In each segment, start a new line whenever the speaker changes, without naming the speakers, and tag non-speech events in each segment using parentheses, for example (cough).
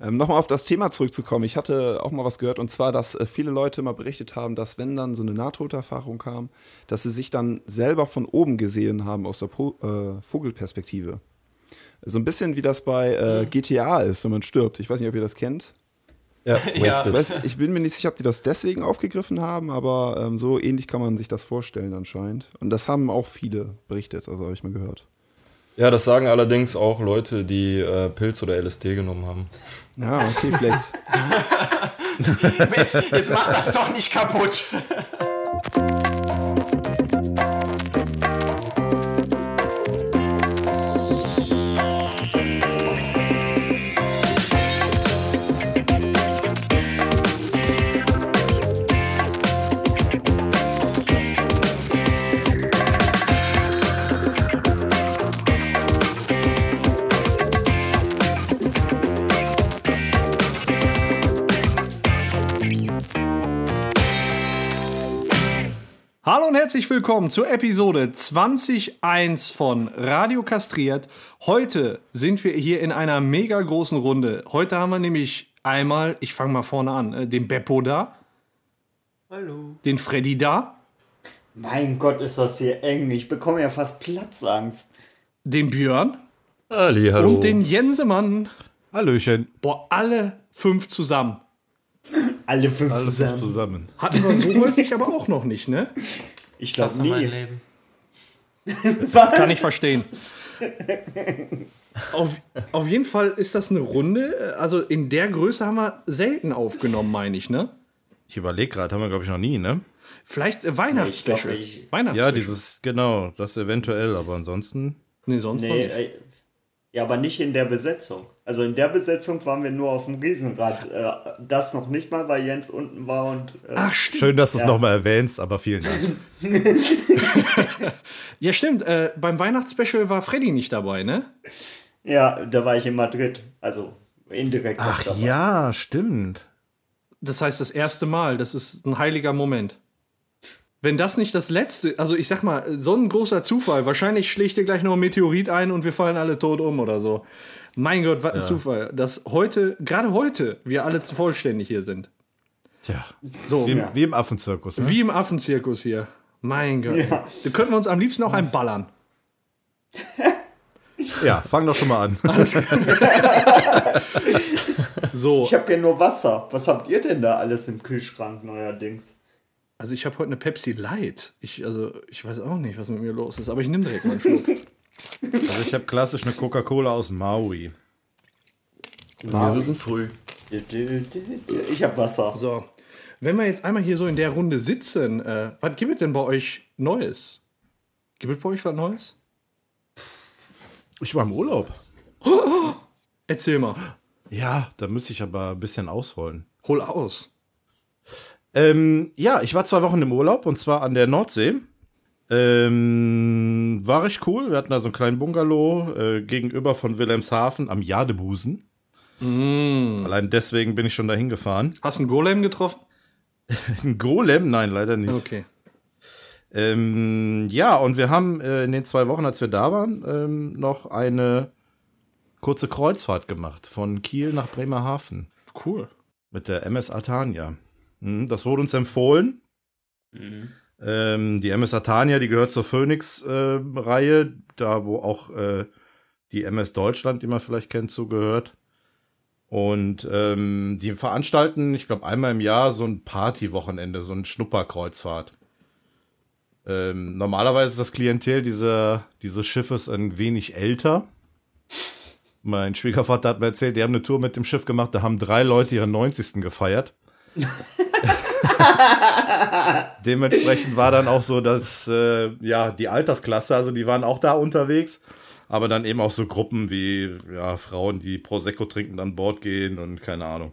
Ähm, Nochmal auf das Thema zurückzukommen. Ich hatte auch mal was gehört und zwar, dass äh, viele Leute mal berichtet haben, dass wenn dann so eine Nahtoderfahrung kam, dass sie sich dann selber von oben gesehen haben aus der po äh, Vogelperspektive. So ein bisschen wie das bei
Mhm.
äh, GTA ist, wenn man stirbt. Ich weiß nicht, ob ihr das kennt.
(laughs)
Ja,
Ich, weiß, ich bin mir nicht sicher, ob die das deswegen aufgegriffen haben, aber ähm, so ähnlich kann man sich das vorstellen anscheinend. Und das haben auch viele berichtet, also habe ich mal gehört.
ja, das sagen allerdings auch Leute, die äh, Pilz oder LSD genommen haben.
Ja, okay,
(laughs)
vielleicht.
Jetzt, jetzt mach das doch nicht kaputt.
Hallo und herzlich willkommen zur Episode 20.1 von Radio Kastriert. Heute sind wir hier in einer mega großen Runde. Heute haben wir nämlich einmal, ich fange mal vorne an, äh, den Beppo da. Hallo. Den Freddy da,
Mein Gott, ist das hier eng. Ich bekomme ja fast Platzangst.
den Björn
Ali, hallo.
und den Jensemann.
Hallöchen,
Boah, alle fünf zusammen.
Alle fünf
alles
zusammen.
zusammen.
Hatten wir so (laughs) häufig aber auch noch nicht, ne?
Ich glaube
Mein
nie.
Leben.
Kann ich verstehen. (laughs) Auf, auf jeden Fall ist das eine Runde. Also in der Größe haben wir selten aufgenommen, meine ich, ne?
Ich überlege gerade, haben wir glaube ich noch nie, ne?
Vielleicht äh,
ich glaub
Weihnachtsspecial.
nicht.
Weihnachtsspecial.
Ja, dieses, genau, das eventuell, aber ansonsten.
Nee, sonst noch
Nee,
nicht.
äh, ja, aber nicht in der Besetzung. Also in der Besetzung waren wir nur auf dem Riesenrad. Äh, das noch nicht mal, weil Jens unten war und. Äh,
Ach, stimmt.
Schön, dass du es nochmal erwähnst, aber vielen Dank.
(laughs) Ja, stimmt. Äh, beim Weihnachtsspecial war Freddy nicht dabei, ne?
ja, da war ich in Madrid. Also indirekt. noch dabei.
ja, Ah, stimmt.
Das heißt, das erste Mal. Das ist ein heiliger Moment. Wenn das nicht das letzte, also ich sag mal, so ein großer Zufall. Wahrscheinlich schlägt dir gleich noch ein Meteorit ein und wir fallen alle tot um oder so. Mein Gott, was ein Zufall, dass heute, gerade heute, wir alle zu vollständig hier sind.
Tja,
So,
wie, im- wie im Affenzirkus. Ne?
wie im Affenzirkus hier. Mein Gott. Da könnten wir uns am liebsten auch einen ballern.
Ja, fang doch schon mal
(laughs)
an.
So,
Ich habe hier nur Wasser. Was habt ihr denn da alles im Kühlschrank neuerdings?
Also ich habe heute eine Pepsi Light. Ich, also ich weiß auch nicht, was mit mir los ist, aber ich nehme direkt mal einen Schluck.
Also ich habe klassisch eine Coca-Cola aus Maui.
Wir sind früh.
Ich habe Wasser.
so, wenn wir jetzt einmal hier so in der Runde sitzen, äh, was gibt es denn bei euch Neues? Gibt es bei euch was Neues?
Ich war im Urlaub.
Erzähl mal.
Ja, da müsste ich aber ein bisschen ausholen.
Hol aus.
Ähm, ja, ich war zwei Wochen im Urlaub und zwar an der Nordsee. Ähm, war recht cool. Wir hatten da so einen kleinen Bungalow äh, gegenüber von Wilhelmshaven am Jadebusen. Allein deswegen bin ich schon dahin gefahren.
Hast einen Golem getroffen?
Ein Golem? Nein, leider nicht.
Okay.
Ähm, ja, und wir haben äh, in den zwei Wochen, als wir da waren, ähm, noch eine kurze Kreuzfahrt gemacht von Kiel nach Bremerhaven
Cool.
mit der MS Atania. Mhm, das wurde uns empfohlen. Ähm, die MS Atania, die gehört zur Phoenix-Reihe, da wo auch äh, die MS Deutschland, die man vielleicht kennt, zugehört. Und ähm, die veranstalten, ich glaube, einmal im Jahr so ein Party-Wochenende, so ein Schnupperkreuzfahrt. Ähm, normalerweise ist das Klientel dieser, dieses Schiffes ein wenig älter. Mein Schwiegervater hat mir erzählt, die haben eine Tour mit dem Schiff gemacht, da haben drei Leute ihren 90. gefeiert. Dementsprechend war dann auch so, dass äh, ja die Altersklasse, also die waren auch da unterwegs, aber dann eben auch so Gruppen wie ja, Frauen, die Prosecco trinkend an Bord gehen und keine Ahnung.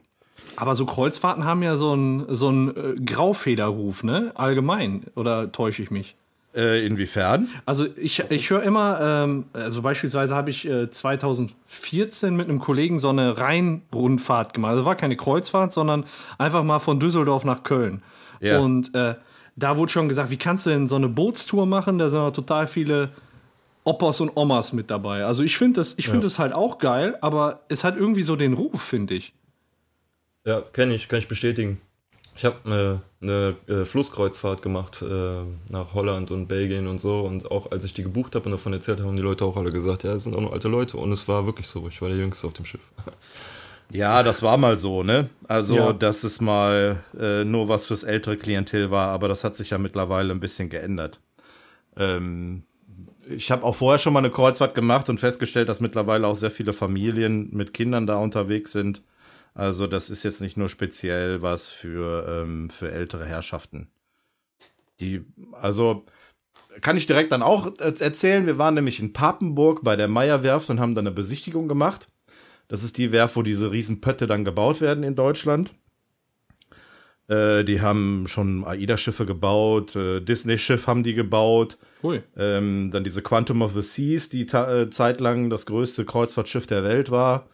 Aber so Kreuzfahrten haben ja so einen so einen, äh, Graufederruf, ne? Allgemein. Oder täusche ich mich?
Äh, inwiefern?
Also ich, ich höre immer, ähm, also beispielsweise habe ich äh, 2014 mit einem Kollegen so eine Rhein-Rundfahrt gemacht. Also war keine Kreuzfahrt, sondern einfach mal von Düsseldorf nach Köln.
Ja.
Und äh, da wurde schon gesagt, wie kannst du denn so eine Bootstour machen? Da sind ja total viele Oppos und Omas mit dabei. Also ich finde das, ich find das halt auch geil, aber es hat irgendwie so den Ruf, finde ich.
Ja, kenne ich, kann ich bestätigen. Ich habe äh, eine äh, Flusskreuzfahrt gemacht äh, nach Holland und Belgien und so. Und auch als ich die gebucht habe und davon erzählt habe, haben die Leute auch alle gesagt, ja, es sind auch nur alte Leute. Und es war wirklich so, ich war der Jüngste auf dem Schiff. (laughs)
Ja, das war mal so, ne? Also,
Ja.
dass es mal äh, nur was fürs ältere Klientel war, aber das hat sich ja mittlerweile ein bisschen geändert. Ähm, ich habe auch vorher schon mal eine Kreuzfahrt gemacht und festgestellt, dass mittlerweile auch sehr viele Familien mit Kindern da unterwegs sind. Also, das ist jetzt nicht nur speziell was für, ähm, für ältere Herrschaften. Die, also, kann ich direkt dann auch äh, erzählen. Wir waren nämlich in Papenburg bei der Meierwerft und haben dann eine Besichtigung gemacht. Das ist die Werft, wo diese Riesenpötte dann gebaut werden in Deutschland. Äh, die haben schon AIDA-Schiffe gebaut, äh, Disney-Schiff haben die gebaut.
Cool.
Ähm, dann diese Quantum of the Seas, die ta- äh, zeitlang das größte Kreuzfahrtschiff der Welt war.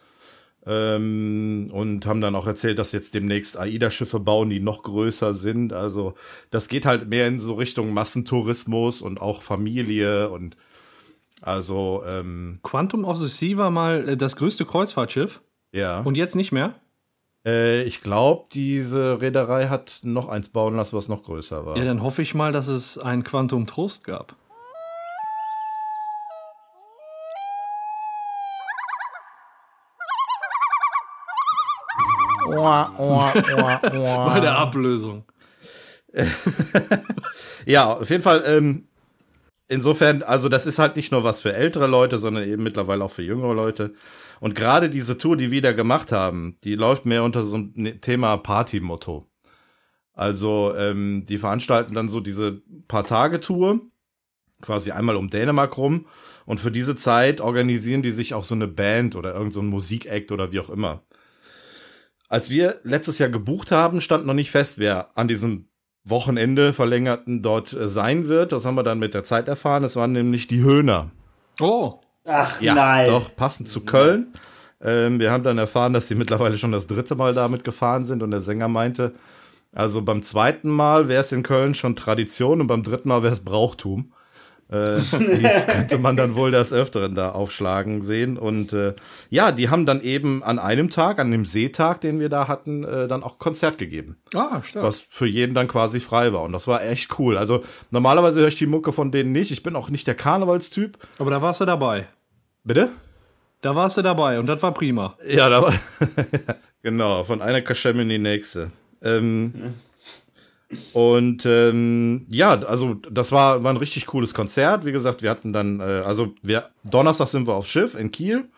Ähm, und haben dann auch erzählt, dass jetzt demnächst AIDA-Schiffe bauen, die noch größer sind. Also das geht halt mehr in so Richtung Massentourismus und auch Familie und also ähm,
Quantum of the Sea war mal äh, das größte Kreuzfahrtschiff
ja.
und jetzt nicht mehr.
Äh, ich glaube, diese Reederei hat noch eins bauen lassen, was noch größer war.
Ja, dann hoffe ich mal, dass es ein Quantum Trost gab. (laughs) Bei der Ablösung.
Ja, auf jeden Fall. Ähm, insofern, also das ist halt nicht nur was für ältere Leute, sondern eben mittlerweile auch für jüngere Leute. Und gerade diese Tour, die wir da gemacht haben, die läuft mehr unter so einem Thema Party-Motto. Also ähm, die veranstalten dann so diese Paar-Tage-Tour, quasi einmal um Dänemark rum. Und für diese Zeit organisieren die sich auch so eine Band oder irgendein so ein Musikakt oder wie auch immer. Als wir letztes Jahr gebucht haben, stand noch nicht fest, wer an diesem Wochenende verlängerten dort äh, sein wird. Das haben wir dann mit der Zeit erfahren. Es waren nämlich die Höhner.
Oh,
Ach nein.
Doch, passend zu Köln. Ähm, wir haben dann erfahren, dass sie mittlerweile schon das dritte Mal damit gefahren sind und der Sänger meinte, also beim zweiten Mal wäre es in Köln schon Tradition und beim dritten Mal wäre es Brauchtum. Äh, die könnte man dann wohl des Öfteren da aufschlagen sehen. Und äh, ja, die haben dann eben an einem Tag, an dem Seetag, den wir da hatten, äh, dann auch Konzert gegeben
ah, stark.
was für jeden dann quasi frei war. Und das war echt cool. Also normalerweise höre ich die Mucke von denen nicht. Ich bin auch nicht der Karnevalstyp.
Aber da warst du dabei.
Bitte?
Da warst du dabei und das war prima.
Ja, da war. (laughs) genau, von einer Kaschemme in die nächste. Ähm, und ähm, ja, also das war, war ein richtig cooles Konzert. Wie gesagt, wir hatten dann, äh, also wir, Donnerstag sind wir aufs Schiff in Kiel,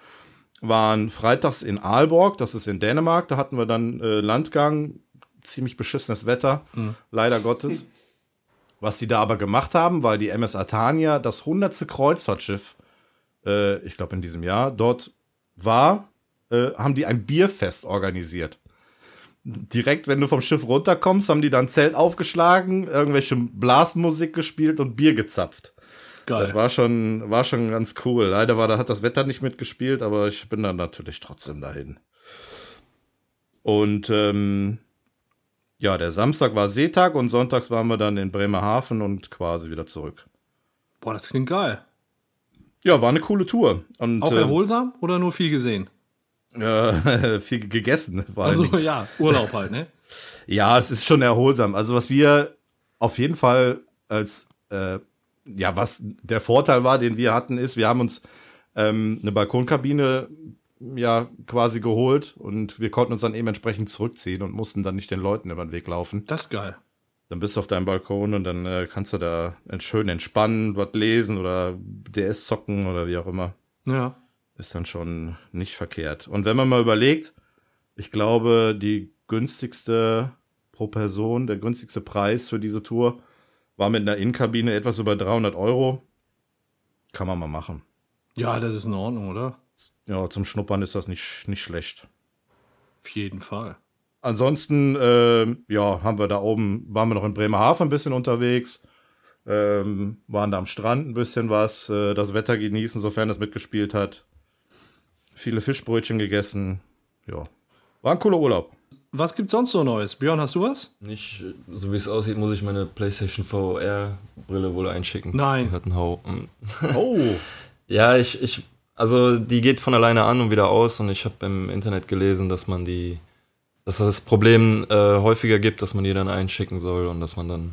waren freitags in Aalborg, das ist in Dänemark, da hatten wir dann äh, Landgang, ziemlich beschissenes Wetter, leider Gottes. Was sie da aber gemacht haben, weil die MS Atania das 100. Kreuzfahrtschiff, äh, ich glaube in diesem Jahr, dort war, äh, haben die ein Bierfest organisiert. Direkt, wenn du vom Schiff runterkommst, haben die dann ein Zelt aufgeschlagen, irgendwelche Blasmusik gespielt und Bier gezapft. Das
Geil.
war schon, war schon ganz cool. Leider war, da hat das Wetter nicht mitgespielt, aber ich bin dann natürlich trotzdem dahin. Und ähm, ja, der Samstag war Seetag und sonntags waren wir dann in Bremerhaven und quasi wieder zurück.
Boah, das klingt geil.
Ja, war eine coole Tour. Und,
Auch
äh, (laughs)
erholsam oder nur viel gesehen?
äh, viel gegessen. Vor allen
Also
Dingen.
ja, Urlaub halt, ne?
Ja, es ist schon erholsam. Also was wir auf jeden Fall als äh, ja, was der Vorteil war, den wir hatten, ist, wir haben uns ähm, eine Balkonkabine ja quasi geholt und wir konnten uns dann eben entsprechend zurückziehen und mussten dann nicht den Leuten über den Weg laufen.
(laughs) Das ist geil.
Dann bist du auf deinem Balkon und dann äh, kannst du da schön entspannen, was lesen oder DS zocken oder wie auch immer
Ja.
ist dann schon nicht verkehrt. Und wenn man mal überlegt, ich glaube, die günstigste pro Person, der günstigste Preis für diese Tour war mit einer Innenkabine etwas über 300 Euro. Kann man mal machen.
Ja, das ist in Ordnung, oder?
Ja, zum Schnuppern ist das nicht, nicht schlecht.
Auf jeden Fall.
Ansonsten, ähm, ja, haben wir da oben, waren wir noch in Bremerhaven ein bisschen unterwegs, ähm, waren da am Strand ein bisschen was, äh, das Wetter genießen, sofern das mitgespielt hat. Viele Fischbrötchen gegessen. Ja. War ein cooler Urlaub.
Was gibt's sonst so Neues? Björn, hast du was?
Nicht, äh, so wie es aussieht, muss ich meine PlayStation VR-Brille wohl einschicken.
Nein.
Die hat einen Hau. Mm.
Oh.
Ja, ich, ich, also die geht von alleine an und wieder aus und ich habe im Internet gelesen, dass man die, dass es das Problem äh, häufiger gibt, dass man die dann einschicken soll und dass man dann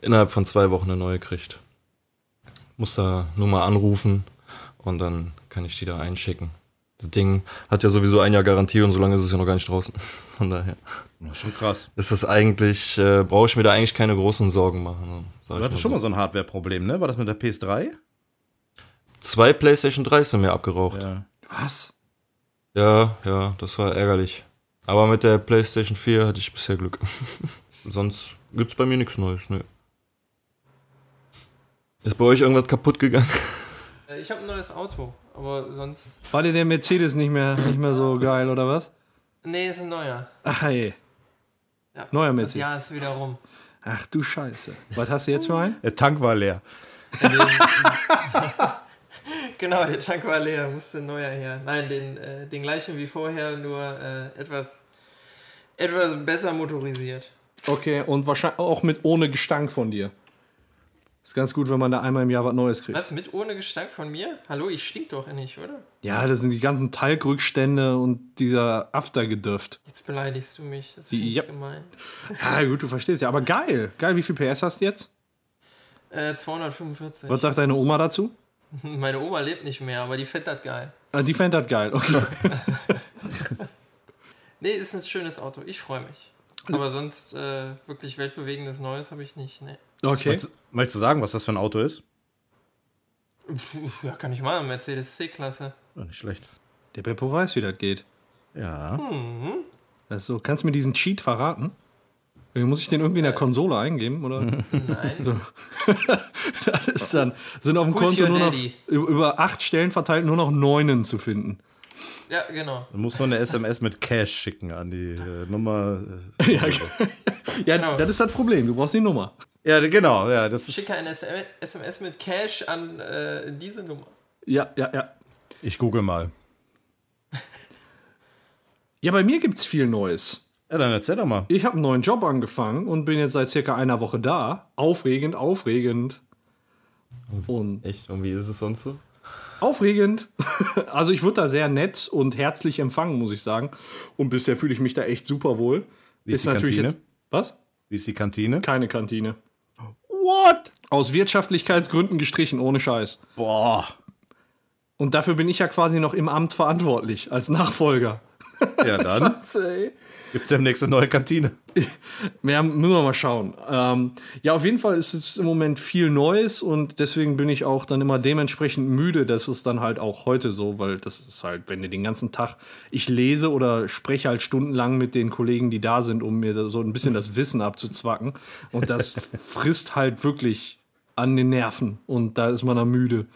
innerhalb von zwei Wochen eine neue kriegt. Muss da nur mal anrufen und dann kann ich die da einschicken. Das Ding hat ja sowieso ein Jahr Garantie und so lange ist es ja noch gar nicht draußen. (laughs) Von daher
Das ist schon krass.
ist das eigentlich, äh, brauche ich mir da eigentlich keine großen Sorgen machen. Sag
Du
ich mal
hattest schon mal so ein Hardware-Problem, ne? War das mit der PS3?
Zwei PlayStation 3 sind mir abgeraucht.
Ja.
Was?
Ja, ja, das war ärgerlich. Aber mit der PlayStation 4 hatte ich bisher Glück. (laughs) Sonst gibt's bei mir nichts Neues, ne. Ist bei euch irgendwas kaputt gegangen?
Äh, Ich habe ein neues Auto, aber sonst.
War dir der Mercedes nicht mehr, nicht mehr so geil, oder was?
Nee, ist ein neuer.
Ach, hey.
Ja.
Neuer
Das
Mercedes.
Jahr ist wieder rum.
Ach du Scheiße. Was hast du jetzt für einen?
Der Tank war leer.
(laughs) Genau, der Tank war leer, musste ein neuer her. Nein, den, äh, den gleichen wie vorher, nur äh, etwas, etwas besser motorisiert.
Okay, und wahrscheinlich auch mit ohne Gestank von dir. Ist ganz gut, wenn man da einmal im Jahr was Neues kriegt.
Was, mit ohne Gestank von mir? Hallo, ich stink doch nicht, oder?
Ja, das sind die ganzen Talgrückstände und dieser Aftergedürft.
Jetzt beleidigst du mich, das finde ich
Ja.
gemein.
Ja, gut, du verstehst ja, aber geil. Geil, wie viel PS hast du jetzt?
Äh, 245.
Was sagt deine Oma dazu?
Meine Oma lebt nicht mehr, aber die fährt das geil.
Ah, die fand das geil. Okay.
Nee, ist ein schönes Auto, ich freue mich. Aber sonst äh, wirklich weltbewegendes Neues habe ich nicht, ne. nee.
okay.
Möchtest, möchtest du sagen, was das für ein Auto ist?
Pff, ja, kann ich machen, Mercedes C-Klasse.
Ja, nicht schlecht.
Der Beppo weiß, wie das geht.
Ja.
Das ist so. Kannst du mir diesen Cheat verraten? Muss ich den irgendwie in der Konsole eingeben? Oder?
Äh. (laughs) Nein.
(laughs) Das ist dann, sind auf dem
Who's
Konto
your
nur noch
daddy?
über- über acht Stellen verteilt nur noch neunen zu finden.
Ja, genau.
Du musst so eine SMS mit Cash schicken an die äh, Nummer. (laughs)
Ja, Also. (laughs) ja
Genau.
das ist das Problem. Du brauchst die Nummer.
Ja, genau. Ja, das
Schicke eine SM SMS mit Cash an äh, diese Nummer.
Ja, ja, ja.
Ich google mal.
Ja, bei mir gibt's viel Neues.
Ja, dann erzähl doch mal.
Ich habe einen neuen Job angefangen und bin jetzt seit circa einer Woche da. Aufregend, aufregend.
(laughs)
Und
Echt? Und wie ist es sonst so?
aufregend. (laughs) Also ich wurde da sehr nett und herzlich empfangen, muss ich sagen. Und bisher fühle ich mich da echt super wohl.
Wie ist die Kantine?
Was?
Wie ist die Kantine?
Keine Kantine.
What?
Aus Wirtschaftlichkeitsgründen gestrichen, ohne Scheiß.
Boah.
Und dafür bin ich ja quasi noch im Amt verantwortlich, als Nachfolger.
(laughs) Ja, (laughs) dann
Ey.
gibt's demnächst eine neue Kantine.
Ja, müssen wir mal schauen. Ähm, ja, auf jeden Fall ist es im Moment viel Neues und deswegen bin ich auch dann immer dementsprechend müde. Das ist dann halt auch heute so, weil das ist halt, wenn du den ganzen Tag, ich lese oder spreche halt stundenlang mit den Kollegen, die da sind, um mir da so ein bisschen das Wissen abzuzwacken. Und das frisst halt wirklich an den Nerven und da ist man dann müde.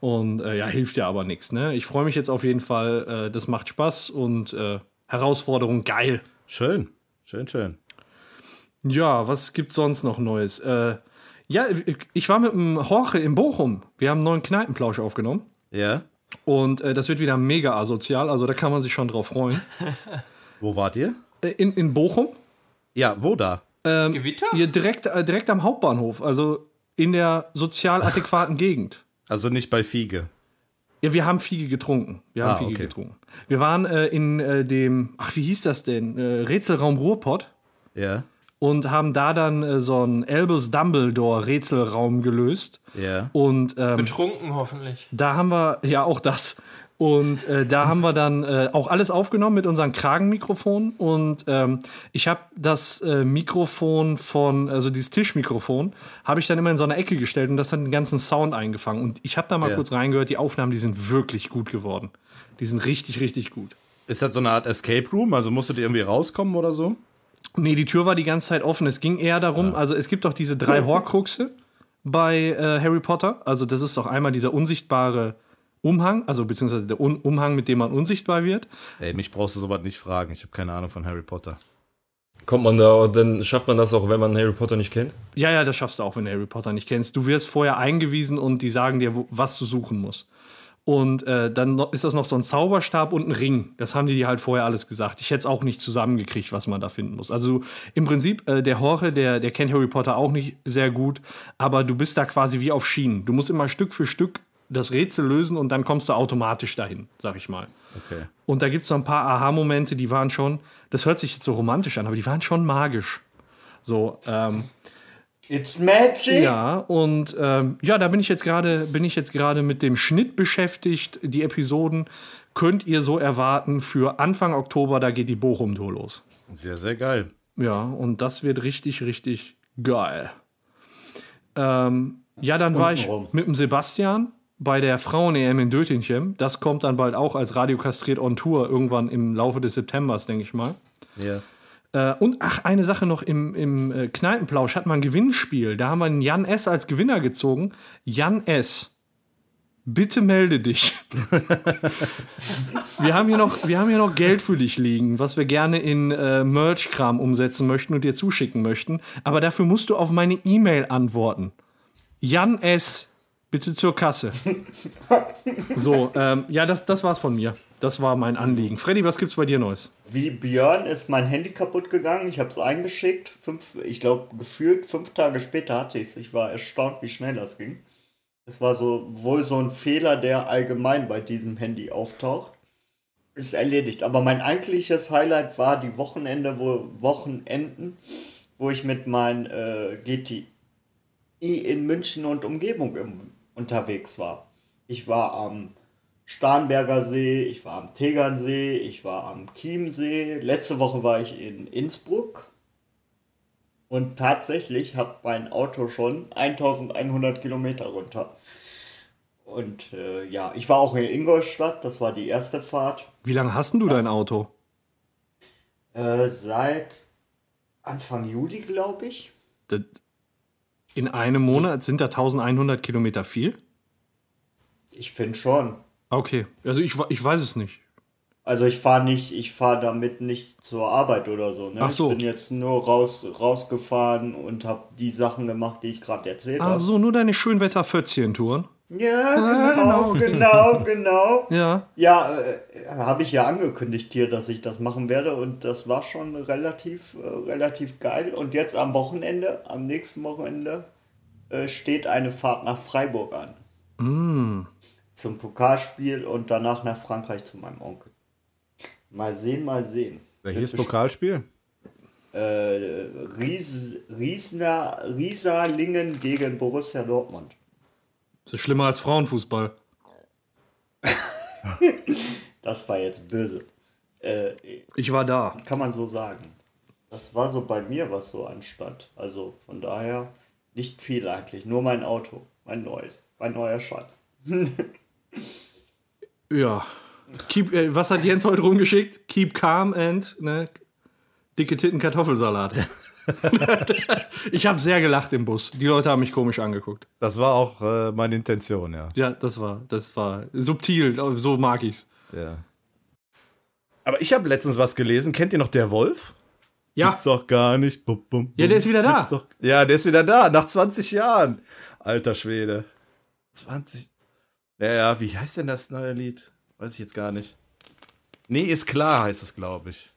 Und äh, ja, hilft ja aber nichts. Ne? Ich freue mich jetzt auf jeden Fall. Äh, das macht Spaß und äh, Herausforderung geil.
Schön. Schön, schön.
Ja, was gibt sonst noch Neues? Äh, ja, ich war mit dem Jorge in Bochum. Wir haben einen neuen Kneipenplausch aufgenommen.
Ja.
Und äh, das wird wieder mega asozial, also da kann man sich schon drauf freuen.
Wo wart ihr?
Äh, in, in Bochum,
Ja, wo da?
Gewitter?
hier direkt, äh, direkt am Hauptbahnhof, also in der sozial
(laughs)
adäquaten Gegend.
Also nicht bei Fiege.
Ja, wir haben Fiege getrunken. Wir haben
Ah,
Fiege
okay.
getrunken. Wir waren äh, in äh, dem, ach, wie hieß das denn? Äh, Rätselraum Ruhrpott.
Ja.
und haben da dann äh, so einen Albus Dumbledore Rätselraum gelöst.
Ja.
Und ähm,
Betrunken hoffentlich.
da haben wir, ja, auch das. Und äh, da haben wir dann äh, auch alles aufgenommen mit unseren Kragenmikrofonen. Und ähm, ich habe das äh, Mikrofon von, also dieses Tischmikrofon, habe ich dann immer in so eine Ecke gestellt und das hat den ganzen Sound eingefangen. Und ich habe da mal
Ja.
kurz reingehört, die Aufnahmen, die sind wirklich gut geworden. Die sind richtig, richtig gut.
Ist das so eine Art Escape Room? Also musstet ihr irgendwie rauskommen oder so?
Nee, die Tür war die ganze Zeit offen. Es ging eher darum, also es gibt doch diese drei Horcruxe bei äh, Harry Potter. Also das ist doch einmal dieser unsichtbare Umhang, also beziehungsweise der Un Umhang, mit dem man unsichtbar wird.
Ey, mich brauchst du sowas nicht fragen. Ich habe keine Ahnung von Harry Potter.
Kommt man da, dann schafft man das auch, wenn man Harry Potter nicht kennt?
Ja, ja, das schaffst du auch, wenn du Harry Potter nicht kennst. Du wirst vorher eingewiesen und die sagen dir, wo, was du suchen musst. Und äh, dann no- ist das noch so ein Zauberstab und ein Ring. Das haben die dir halt vorher alles gesagt. Ich hätte es auch nicht zusammengekriegt, was man da finden muss. Also im Prinzip, äh, der Horche, der, der kennt Harry Potter auch nicht sehr gut, aber du bist da quasi wie auf Schienen. Du musst immer Stück für Stück das Rätsel lösen und dann kommst du automatisch dahin, sag ich mal.
Okay.
Und da gibt es so ein paar Aha-Momente, die waren schon, das hört sich jetzt so romantisch an, aber die waren schon magisch. So, ähm,
It's magic.
ja, und ähm, ja, da bin ich jetzt gerade, bin ich jetzt gerade mit dem Schnitt beschäftigt. Die Episoden könnt ihr so erwarten für Anfang Oktober, da geht die Bochum-Tour los.
Sehr, sehr geil.
Ja, und das wird richtig, richtig geil. Ähm, ja, dann war ich
Untenrum.
mit dem Sebastian bei der Frauen-EM in Dötinchem. Das kommt dann bald auch als Radiokastriert on Tour irgendwann im Laufe des Septembers, denke ich mal.
Ja.
Äh, und ach, eine Sache noch: im, im äh, Kneipenplausch hat man ein Gewinnspiel. Da haben wir einen Jan S. als Gewinner gezogen. Jan S. Bitte melde dich. wir, haben hier noch, wir haben hier noch Geld für dich liegen, was wir gerne in äh, Merch-Kram umsetzen möchten und dir zuschicken möchten. Aber dafür musst du auf meine E-Mail antworten. Jan S. Bitte zur Kasse. so, ähm, ja, das, das war's von mir. Das war mein Anliegen. Freddy, was gibt's bei dir Neues?
Wie Björn ist mein Handy kaputt gegangen. Ich habe es eingeschickt. Fünf, ich glaube, gefühlt fünf Tage später hatte ich es. Ich war erstaunt, wie schnell das ging. Es war so wohl so ein Fehler, der allgemein bei diesem Handy auftaucht. Ist erledigt. Aber mein eigentliches Highlight war die Wochenende, wo Wochenenden, wo ich mit meinem äh, GTI in München und Umgebung im, unterwegs war. Ich war am Starnberger See, ich war am Tegernsee, ich war am Chiemsee. Letzte Woche war ich in Innsbruck. Und tatsächlich hat mein Auto schon 1100 Kilometer runter. Und äh, ja, ich war auch in Ingolstadt, das war die erste Fahrt.
Wie lange hast denn du dein Auto?
Äh, seit Anfang Juli, glaube ich.
Das, in einem Monat sind da 1100 Kilometer viel?
Ich finde schon.
Okay, also ich, wa- ich weiß es nicht.
Also ich fahre nicht, ich fahre damit nicht zur Arbeit oder so. Ne?
Ach so.
Ich bin jetzt nur raus, rausgefahren und habe die Sachen gemacht, die ich gerade erzählt
Ach
habe.
Ah, so, Ah, nur deine Schönwetter-Fötzchen-Touren?
Ja, genau, (laughs) genau, genau.
Ja.
Ja, äh, habe ich ja angekündigt hier, dass ich das machen werde und das war schon relativ, äh, relativ geil. Und jetzt am Wochenende, am nächsten Wochenende, äh, steht eine Fahrt nach Freiburg an.
Mm.
Zum Pokalspiel und danach nach Frankreich zu meinem Onkel. Mal sehen, mal sehen.
Welches Pokalspiel?
Äh, Ries, Riesner, Rieserlingen gegen Borussia Dortmund.
Das ist schlimmer als Frauenfußball.
Das war jetzt böse. Äh,
Ich war da.
Kann man so sagen. Das war so bei mir, was so anstand. Also von daher nicht viel eigentlich. Nur mein Auto. Mein neues. Mein neuer Schatz.
Ja. Keep, äh, was hat Jens heute rumgeschickt? Keep calm and ne, dicke Titten Kartoffelsalat.
(laughs)
ich habe sehr gelacht im Bus. Die Leute haben mich komisch angeguckt.
Das war auch äh, meine Intention, ja.
Ja, das war, das war subtil. So mag ich's.
ja. Aber ich habe letztens was gelesen. Kennt ihr noch Der Wolf?
Ja,
Gibt's doch gar nicht. Bum, bum,
ja, der ist wieder da.
Gibt's doch- Ja, der ist wieder da, nach 20 Jahren. Alter Schwede. 20. Ja, ja, wie heißt denn das neue Lied? Weiß ich jetzt gar nicht. Nee, ist klar, heißt es, glaube ich.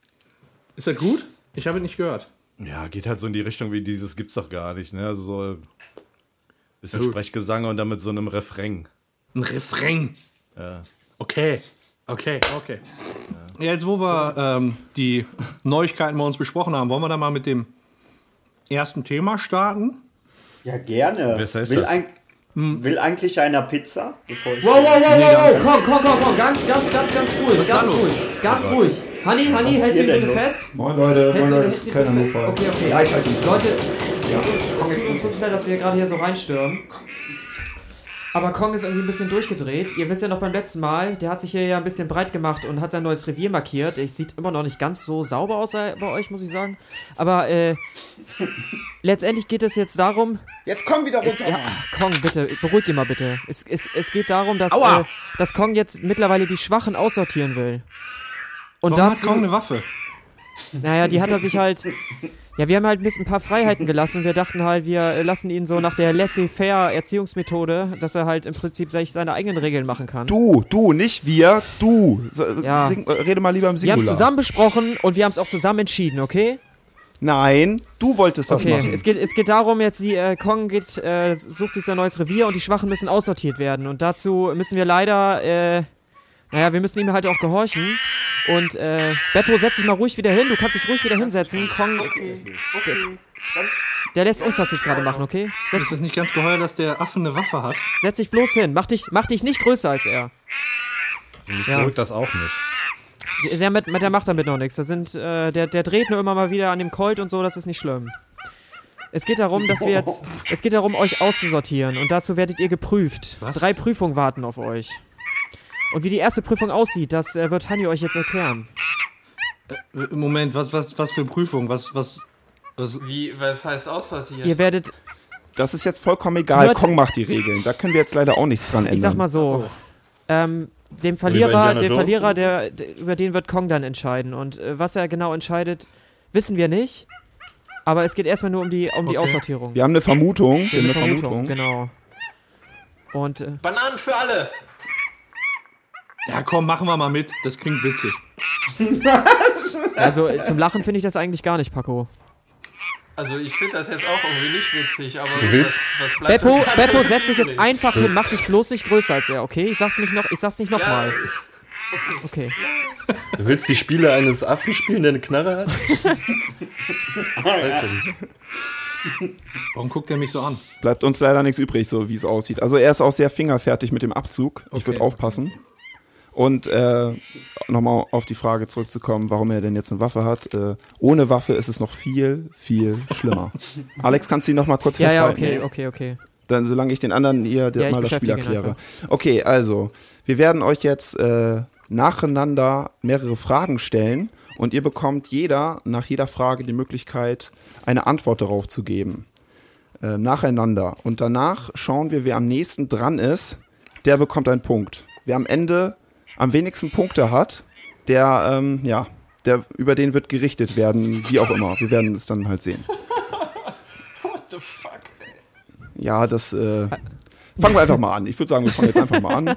Ist das gut? Ich habe nicht gehört.
Ja, geht halt so in die Richtung wie dieses gibt's doch gar nicht, ne? Also so ein bisschen
Ja, gut.
Sprechgesang und dann mit so einem Refrain.
Ein Refrain.
Ja.
Okay, okay, okay. Ja, jetzt, wo wir ähm, die Neuigkeiten bei uns besprochen haben, wollen wir da mal mit dem ersten Thema starten?
Ja, gerne.
Was heißt
will,
das?
eig- will eigentlich einer Pizza? Bevor ich
Wow, wow, wow, wow, wow, komm, komm, komm, komm, ganz, ganz, ganz, ganz ruhig, ganz ruhig, ganz ruhig. Hanni, Hanni,
ist
hältst du
hier
ihn bitte
denn los?
fest?
Moin Leute,
Hältst
moin
du ihn
Leute,
hältst
das
du
ist
ihn
keiner
bitte fest?
Notfall.
Okay,
halt,
okay.
Ja, ich halte ihn.
Leute, es es tut uns, es tut uns wirklich leid, dass wir gerade hier so reinstürmen. Aber Kong ist irgendwie ein bisschen durchgedreht. Ihr wisst ja noch beim letzten Mal, der hat sich hier ja ein bisschen breit gemacht und hat sein neues Revier markiert. Ich sieht immer noch nicht ganz so sauber aus äh, bei euch, muss ich sagen. Aber äh, letztendlich geht es jetzt darum,
Jetzt komm wieder
es, ja, Kong, bitte, beruhig ihn mal bitte. Es, es, es geht darum, dass,
Aua!
äh, dass Kong jetzt mittlerweile die Schwachen aussortieren will. Und
Warum hat
dazu,
kaum eine Waffe?
naja, die hat er sich halt. Ja, wir haben halt ein bisschen ein paar Freiheiten gelassen und wir dachten halt, wir äh, lassen ihn so nach der laissez-faire Erziehungsmethode, dass er halt im Prinzip sich seine eigenen Regeln machen kann.
Du, du, nicht wir, du. S-
Ja.
Sing, äh, rede mal lieber im
wir haben es
Singular.
zusammen besprochen und wir haben es auch zusammen entschieden, okay?
Nein, du wolltest das
Okay,
machen.
es geht, es geht darum, jetzt die äh, Kong geht, äh, sucht sich sein neues Revier und die Schwachen müssen aussortiert werden. Und dazu müssen wir leider äh, Naja, wir müssen ihm halt auch gehorchen. Und äh, Beppo, setz dich mal ruhig wieder hin. Du kannst dich ruhig wieder hinsetzen. Kong,
Okay, okay. Ganz.
der lässt uns das jetzt gerade machen, okay? Setz,
Ist das nicht ganz geheuer, dass der Affe eine Waffe hat?
setz dich bloß hin. Mach dich, mach dich nicht größer als er.
Also mich
Ja.
beruhigt das auch nicht.
Der, mit, mit, der macht damit noch nichts. Da sind, äh, der, der dreht nur immer mal wieder an dem Colt und so, das ist nicht schlimm. Es geht darum, dass wir jetzt. Es geht darum, euch auszusortieren und dazu werdet ihr geprüft. Drei Prüfungen warten auf euch. Und wie die erste Prüfung aussieht, das äh, wird Hanni euch jetzt erklären.
Äh, Moment, was, was, was für Prüfung? Was, was, was?
Wie, was heißt aussortiert?
Ihr werdet,
Das ist jetzt vollkommen egal.
Hört-
Kong macht die Regeln. Da können wir jetzt leider auch nichts dran ändern.
ich sag mal so, ähm, dem
Indiana
Verlierer, den
Jones?
Verlierer, der, der, über den wird Kong dann entscheiden. Und äh, was er genau entscheidet, wissen wir nicht. Aber es geht erstmal nur um die, um die
Okay.
Aussortierung.
wir haben eine Vermutung. Wir haben eine Vermutung.
Genau. Und äh,
Bananen für alle!
Ja, komm, machen wir mal mit. Das klingt witzig.
also äh, zum Lachen finde ich das eigentlich gar nicht, Paco.
Also ich finde das jetzt auch irgendwie nicht witzig, aber
willst-
was, was bleibt
Beppo,
uns halt anderes
Beppo, setz dich jetzt
übrig?
einfach hin, mach dich bloß nicht größer als er, okay? Ich sag's nicht noch, ich sag's nicht
Ja,
nochmal.
ist-
Okay.
Du willst die Spiele eines Affen spielen, der eine Knarre hat? Weiß ich nicht.
Warum guckt er mich so an?
Bleibt uns leider nichts übrig, so wie es aussieht. Also er ist auch sehr fingerfertig mit dem Abzug. Ich
Okay.
würde aufpassen. Und äh, nochmal auf die Frage zurückzukommen, warum er denn jetzt eine Waffe hat. Äh, ohne Waffe ist es noch viel, viel
(laughs)
schlimmer. Alex, kannst du ihn nochmal kurz
Ja, ja,
festhalten?
okay, okay, okay.
Dann, solange ich den anderen ihr
Ja, ich
mal das Spiel
beschäftige ihn
erkläre. Okay, also, wir werden euch jetzt äh, nacheinander mehrere Fragen stellen und ihr bekommt jeder nach jeder Frage die Möglichkeit, eine Antwort darauf zu geben. Äh, nacheinander. Und danach schauen wir, wer am nächsten dran ist, der bekommt einen Punkt. Wer am Ende am wenigsten Punkte hat, der, ähm, ja, der, über den wird gerichtet werden, wie auch immer. Wir werden es dann halt sehen.
What the fuck?
Ja, das. Äh, fangen wir einfach mal an. Ich würde sagen, wir fangen jetzt einfach mal an.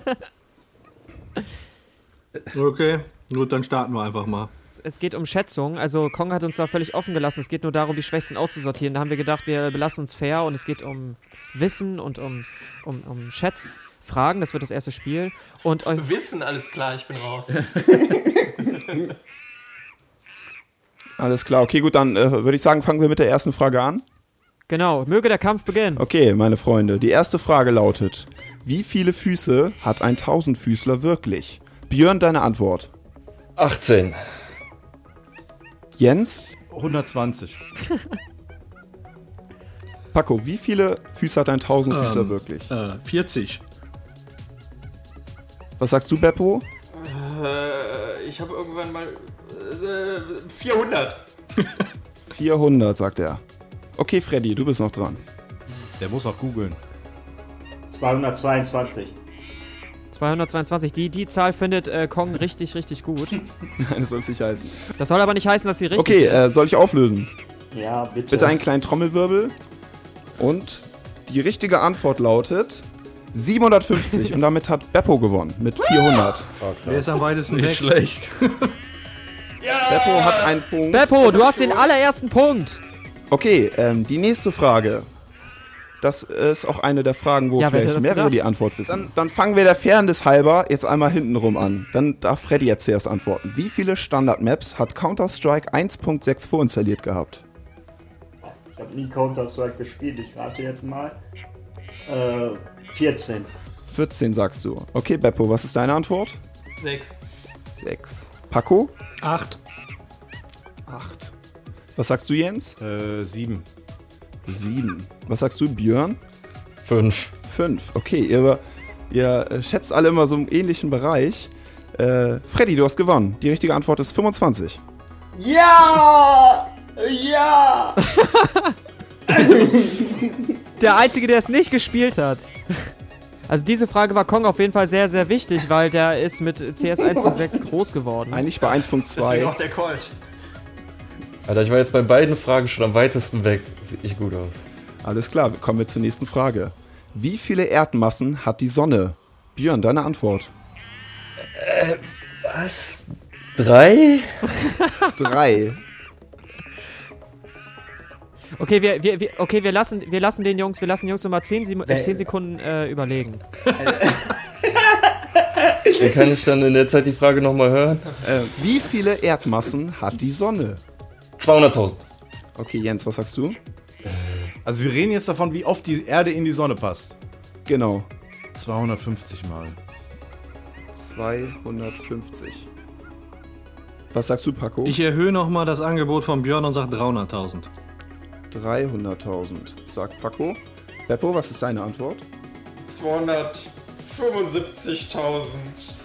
Okay, gut, dann starten wir einfach mal.
Es- Es geht um Schätzungen. Also Kong hat uns da völlig offen gelassen. Es geht nur darum, die Schwächsten auszusortieren. Da haben wir gedacht, wir belassen uns fair und es geht um Wissen und um, um, um Schätzfragen. Das wird das erste Spiel. Und äh,
(laughs)
euch.
Wissen, alles klar, ich bin raus.
Alles klar, okay, gut, dann äh, würde ich sagen, fangen wir mit der ersten Frage an.
Genau, möge der Kampf beginnen.
Okay, meine Freunde, die erste Frage lautet: Wie viele Füße hat ein Tausendfüßler wirklich? Björn, deine Antwort.
18.
Jens,
120.
Paco, wie viele Füße hat ein Tausendfüßler
Ähm,
wirklich?
Äh, 40.
Was sagst du, Beppo?
äh, ich habe irgendwann mal äh, 400.
400, sagt er. Okay, Freddy, du bist noch dran. (laughs)
Der muss auch googeln.
222.
222. Die, die Zahl findet äh, Kong richtig, richtig gut.
Nein, das soll es nicht heißen.
Das soll aber nicht heißen, dass sie richtig
Okay,
ist.
äh, soll ich auflösen?
Ja, bitte.
Bitte einen kleinen Trommelwirbel. Und die richtige Antwort lautet 750. Und damit hat Beppo gewonnen mit 400.
Wer ist am weitesten weg?
Schlecht.
Beppo hat einen Punkt.
Beppo, du hast den allerersten Punkt.
Okay, ähm, die nächste Frage. Das ist auch eine der Fragen, wo
Ja, wer hätte
vielleicht
das
mehrere
gedacht?
die Antwort wissen. Dann, dann fangen wir der Fairness halber jetzt einmal hintenrum an. Dann darf Freddy jetzt zuerst antworten. Wie viele Standard-Maps hat Counter-Strike 1.6 vorinstalliert gehabt?
Ich habe nie Counter-Strike gespielt. Ich rate jetzt mal. Äh, 14.
14 sagst du. Okay, Beppo, was ist deine Antwort?
6.
6. Paco?
8.
8. Was sagst du, Jens?
Äh, 7.
7. Was sagst du, Björn?
5.
5. Okay, ihr, ihr äh, schätzt alle immer so im ähnlichen Bereich. Äh, Freddy, du hast gewonnen. Die richtige Antwort ist 25.
Ja! Ja!
Der Einzige, der es nicht gespielt hat. (laughs) Also diese Frage war Kong auf jeden Fall sehr, sehr wichtig, weil der ist mit CS
(laughs)
1.6 groß geworden.
Eigentlich bei
Deswegen
1.2.
auch der Colt.
Alter, ich war jetzt bei beiden Fragen schon am weitesten weg. Sieht nicht gut aus.
Alles klar, kommen wir zur nächsten Frage. Wie viele Erdmassen hat die Sonne? Björn, deine Antwort.
Drei?
Drei.
Okay, wir, wir, wir, okay, wir lassen, wir lassen den Jungs, wir lassen den Jungs nochmal 10, Sek- äh, 10 Sekunden äh, überlegen.
Dann kann ich dann in der Zeit die Frage nochmal hören.
Äh, wie viele Erdmassen hat die Sonne?
200.000.
Okay, Jens, was sagst du?
Also wir reden jetzt davon, wie oft die Erde in die Sonne passt.
Genau.
250 Mal.
250. Was sagst du, Paco?
Ich erhöhe nochmal das Angebot von Björn und sage 300.000.
300.000, sagt Paco. Beppo, was ist deine Antwort?
275.000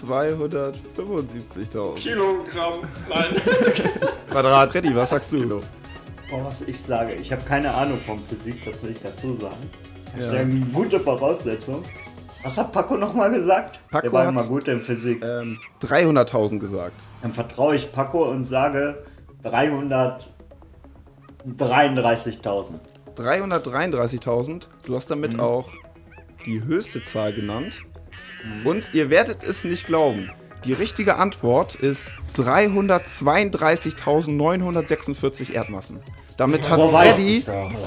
275.000.
Kilogramm. (laughs) Nein.
Quadrat. Freddy, was sagst du?
Oh, was ich sage. Ich habe keine Ahnung von Physik, das will ich dazu sagen. Das ist ja eine gute Voraussetzung. Was hat Paco nochmal gesagt?
Paco
Der war
hat-
immer gut in Physik.
Ähm, 300.000 gesagt.
Dann vertraue ich Paco und sage 333.000.
333.000. Du hast damit auch die höchste Zahl genannt. Und ihr werdet es nicht glauben. Die richtige Antwort ist 332.946 Erdmassen. Damit hat
Wo war
Freddy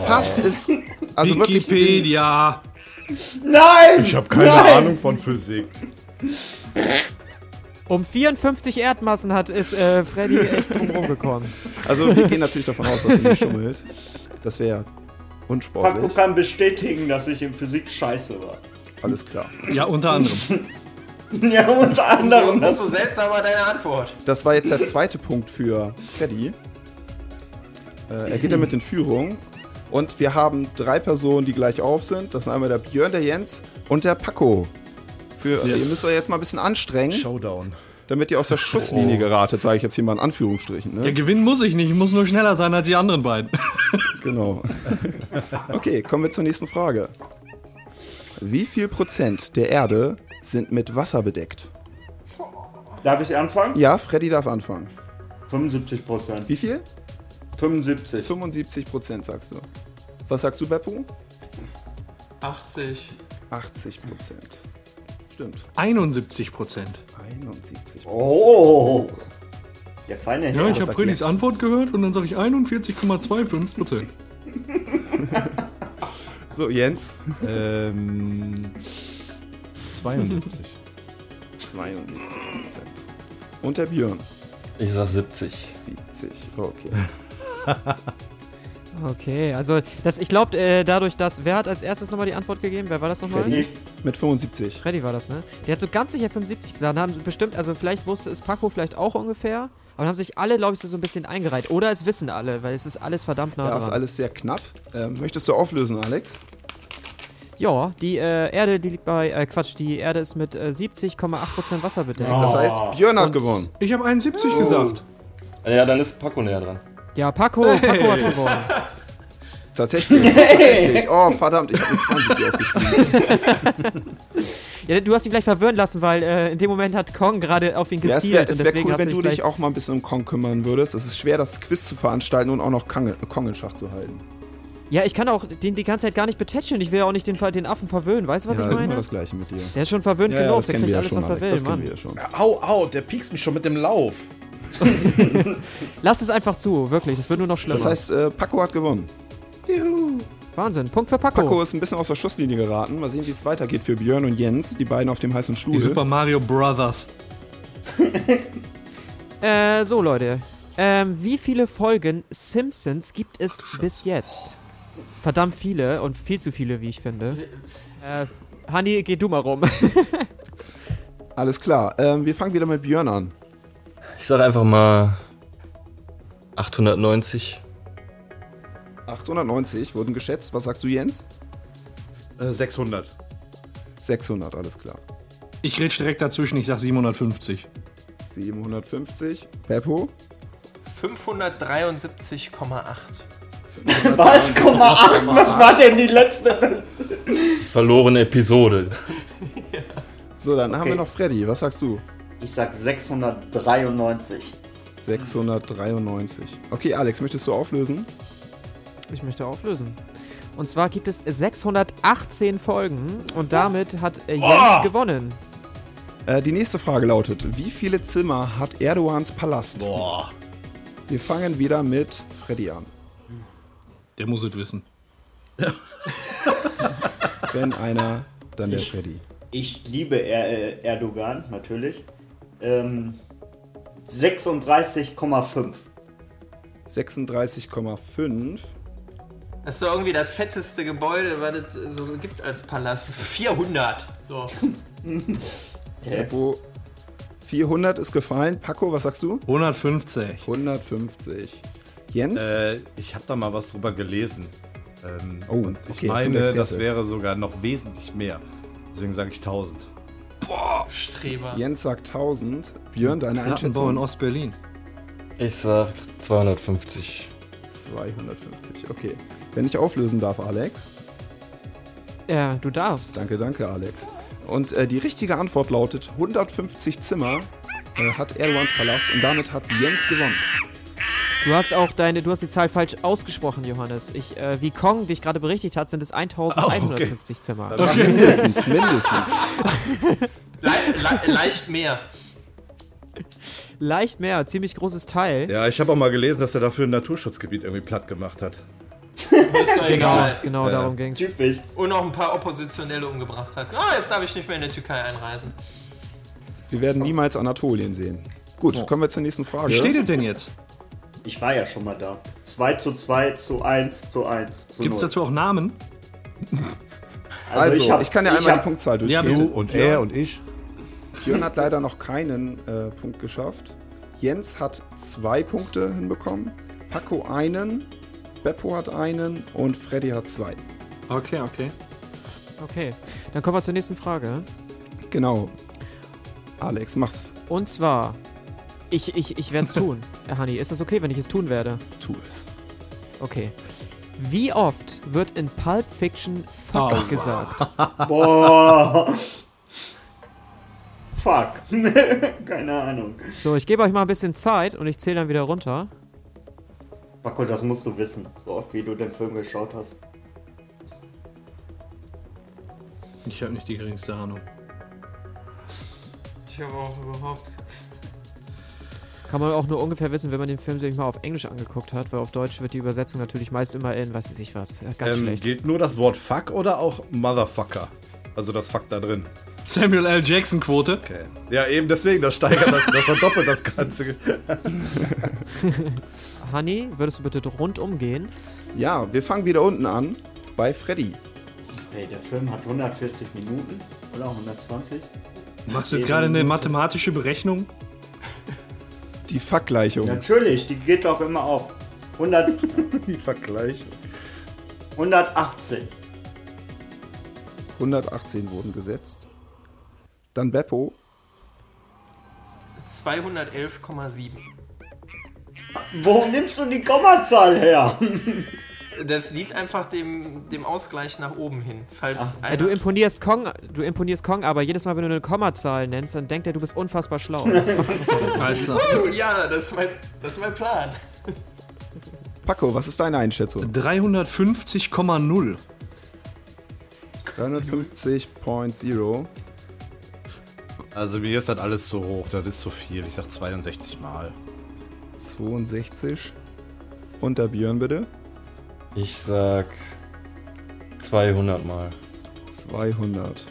fast es, also wirklich den,
Wikipedia.
Nein!
Ich habe keine
Nein!
Ahnung von Physik.
Um 54 Erdmassen hat ist äh, Freddy echt drumherum gekommen.
also wir gehen natürlich davon aus, dass er nicht schummelt. Das wäre
Paco
unsportlich.
kann bestätigen, dass ich in Physik scheiße war. (laughs)
Alles klar.
Ja, unter anderem. (laughs)
Ja, unter
Umso,
anderem.
umso seltsamer deine Antwort.
Das war jetzt der zweite Punkt für Freddy. Äh, er geht damit in Führung. Und wir haben drei Personen, die gleich auf sind. Das sind einmal der Björn, der Jens und der Paco. Für, also Ihr müsst euch jetzt mal ein bisschen anstrengen,
Showdown.
damit ihr aus der Schusslinie geratet, sage ich jetzt hier mal in Anführungsstrichen. Ne?
Ja, gewinnen muss ich nicht. Ich muss nur schneller sein als die anderen beiden. (laughs)
Genau. (laughs) Okay, kommen wir zur nächsten Frage. Wie viel Prozent der Erde sind mit Wasser bedeckt?
Darf ich anfangen?
Ja, Freddy darf anfangen.
75 Prozent.
Wie viel?
75.
75 Prozent sagst du. Was sagst du, Beppo?
80.
80 Prozent. Stimmt.
71 Prozent.
71 Prozent.
Oh! Der feine
Ja,
Herr.
ich habe
sagt
Freddy's Antwort gehört und dann sage ich 41,25 Prozent.
Oh.
So, Jens.
Ähm, 72.
72 Prozent. Und der Björn.
Ich sag 70.
70. Okay.
Okay, also das, ich glaube, äh, dadurch, dass. Wer hat als erstes nochmal die Antwort gegeben? Wer war das nochmal?
Freddy mit 75.
Freddy war das, ne? Der hat so ganz sicher 75 gesagt. und Haben bestimmt, also vielleicht wusste es Paco vielleicht auch ungefähr. Aber dann haben sich alle, glaube ich, so, so ein bisschen eingereiht. Oder es wissen alle, weil es ist alles verdammt nah
Ja, ist
dran.
alles sehr knapp. Ähm, möchtest du auflösen, Alex?
Ja, die äh, Erde, die liegt bei, äh, Quatsch, die Erde ist mit äh, 70,8% Wasser bedeckt.
Das heißt, Björn hat
(laughs)
gewonnen.
Ich habe 71 gesagt.
Ja, dann ist Paco näher dran.
Ja, Paco, Paco hat gewonnen. (laughs)
Tatsächlich. Tatsächlich. Oh, verdammt, ich habe 20 hier aufgeschrieben.
Ja, du hast ihn gleich verwirren lassen, weil äh, in dem Moment hat Kong gerade auf ihn
Ja, es
gezielt.
wäre
und
wär
deswegen
cool,
hast
wenn
ihn
du
gleich-
dich auch mal ein bisschen um Kong kümmern würdest. Es ist schwer, das Quiz zu veranstalten und auch noch Kong, Kong in Schach zu halten.
Ja, ich kann auch den die ganze Zeit gar nicht betätscheln. Ich will ja auch nicht den, Ver- den Affen verwöhnen. Weißt du, was ich
ja, immer
meine?
das Gleiche mit dir.
Der ist schon verwöhnt
Ja, ja,
genug.
das
genau, Der
kennen wir
kriegt
ja
alles,
schon,
was er
Alex.
will,
Das kennen
Mann.
wir ja schon.
Au, au, der piekst mich schon mit dem Lauf.
Lass es einfach zu, wirklich. Das wird nur noch schlimmer.
Das heißt, äh, Paco hat gewonnen.
Wahnsinn. Punkt für Paco.
Paco ist ein bisschen aus der Schusslinie geraten. Mal sehen, wie es weitergeht für Björn und Jens, die beiden auf dem heißen Stuhl.
Die Super Mario Brothers.
Äh, so, Leute. Ähm, wie viele Folgen Simpsons gibt es bis jetzt? Verdammt viele und viel zu viele, wie ich finde. Äh, Hanni, geh du mal rum. (laughs)
Alles klar, ähm, wir fangen wieder mit Björn an.
Ich sag einfach mal 890.
890 wurden geschätzt. Was sagst du, Jens?
Äh, 600.
600, alles klar.
Ich rede direkt dazwischen, ich sage 750.
750. Beppo?
573,8.
Was? Komma 8? Was war denn die letzte?
Verlorene Episode.
So, dann haben wir noch Freddy. Was sagst du?
Ich sag 693.
693. Okay, Alex, möchtest du auflösen?
Ich möchte auflösen. Und zwar gibt es 618 Folgen und damit hat äh, Jens gewonnen.
Äh, die nächste Frage lautet: Wie viele Zimmer hat Erdogans Palast? Boah. Wir fangen wieder mit Freddy an.
Der muss es wissen.
Wenn einer, dann der Freddy.
Ich liebe er äh, Erdogan, natürlich. Ähm, 36,5.
36,5.
Das ist doch irgendwie das fetteste Gebäude, was es so gibt als Palast. 400. So.
Wo 400 ist gefallen. Paco, was sagst du?
150.
150. Jens?
Äh, ich habe da mal was drüber gelesen. Ähm,
Oh,
und
okay, jetzt
ich
kommt der
meine,
Experte.
das wäre sogar noch wesentlich mehr. Deswegen sage ich 1000.
Streber.
Jens sagt 1000. Björn, deine
Plattenbau
Einschätzung?
in Ostberlin.
Ich sag 250.
250, okay. Wenn ich auflösen darf, Alex.
Ja, du darfst.
Danke, danke, Alex. Und äh, die richtige Antwort lautet 150 Zimmer äh, hat Erdogans Palast und damit hat Jens gewonnen.
(laughs)
Du hast auch deine, du hast die Zahl falsch ausgesprochen, Johannes. Ich, äh, wie Kong dich gerade berichtigt hat, sind es 1150 Zimmer.
Mindestens, mindestens.
Le le leicht mehr.
Leicht mehr, ziemlich großes Teil.
Ja, ich habe auch mal gelesen, dass er dafür ein Naturschutzgebiet irgendwie platt gemacht hat.
Ist doch egal.
Genau darum ging's.
Typisch.
Und noch ein paar Oppositionelle umgebracht hat. Ah, jetzt darf ich nicht mehr in der Türkei einreisen.
Wir werden niemals Anatolien sehen. Gut, kommen wir zur nächsten Frage.
Wie steht es denn jetzt?
Ich war ja schon mal da. 2 zu 2 zu 1 zu 1 zu
Gibt es
0.
dazu auch Namen?
also,
also, ich,
hab-
kann ja einmal
hab-
die Punktzahl
Ja,
durchgehen.
bitte.
Und er und ich.
Björn hat leider noch keinen äh, Punkt geschafft. Jens hat zwei Punkte hinbekommen. Paco einen, Beppo hat einen und Freddy hat zwei.
Okay, okay.
Okay, dann kommen wir zur nächsten Frage.
Genau. Alex, mach's.
Und zwar, ich, ich,
(laughs)
ich werde es tun. Herr Hani, ist das okay, wenn ich es tun werde?
Tu es.
Okay. Wie oft wird in Pulp Fiction Fuck gesagt?
Boah. Fuck. (laughs) Keine Ahnung.
So, ich gebe euch mal ein bisschen Zeit und ich zähle dann wieder runter.
Paco, das musst du wissen. So oft wie du den Film geschaut hast.
Ich habe nicht die geringste Ahnung.
Ich habe auch überhaupt.
Kann man auch nur ungefähr wissen, wenn man den Film sich mal auf Englisch angeguckt hat, weil auf Deutsch wird die Übersetzung natürlich meist immer in, weiß ich nicht was, äh, ganz
Ähm,
schlecht.
gilt nur das Wort Fuck oder auch Motherfucker? Also das Fuck da drin.
Samuel L. Jackson Quote.
Okay. Ja, eben deswegen, das steigert das, das verdoppelt das Ganze.
Honey, würdest du bitte rundum gehen?
Ja, wir fangen wieder unten an bei Freddy.
Ey, der Film hat 140 Minuten. Oder 120?
Machst du jetzt gerade eine mathematische Berechnung?
Die Vergleichung.
Natürlich, die geht doch immer auf. (laughs) 100,
Die Vergleichung.
118.
118 wurden gesetzt. Dann Beppo.
211,7.
Wo nimmst du die Kommazahl her? (laughs)
Das dient einfach dem, dem Ausgleich nach oben hin. Falls
Ja,
einer,
Äh, du imponierst Kong, du imponierst Kong, aber jedes Mal, wenn du eine Kommazahl nennst, dann denkt er, du bist unfassbar
(laughs)
schlau. Das-
Alles klar.
Oh, ja, das ist, mein, das ist mein Plan.
Paco, was ist deine Einschätzung?
350,0.
350.0.
Also mir ist das alles zu hoch, das ist zu viel. Ich sag 62 Mal.
62. Und der Björn bitte.
Ich sag 200 mal.
200.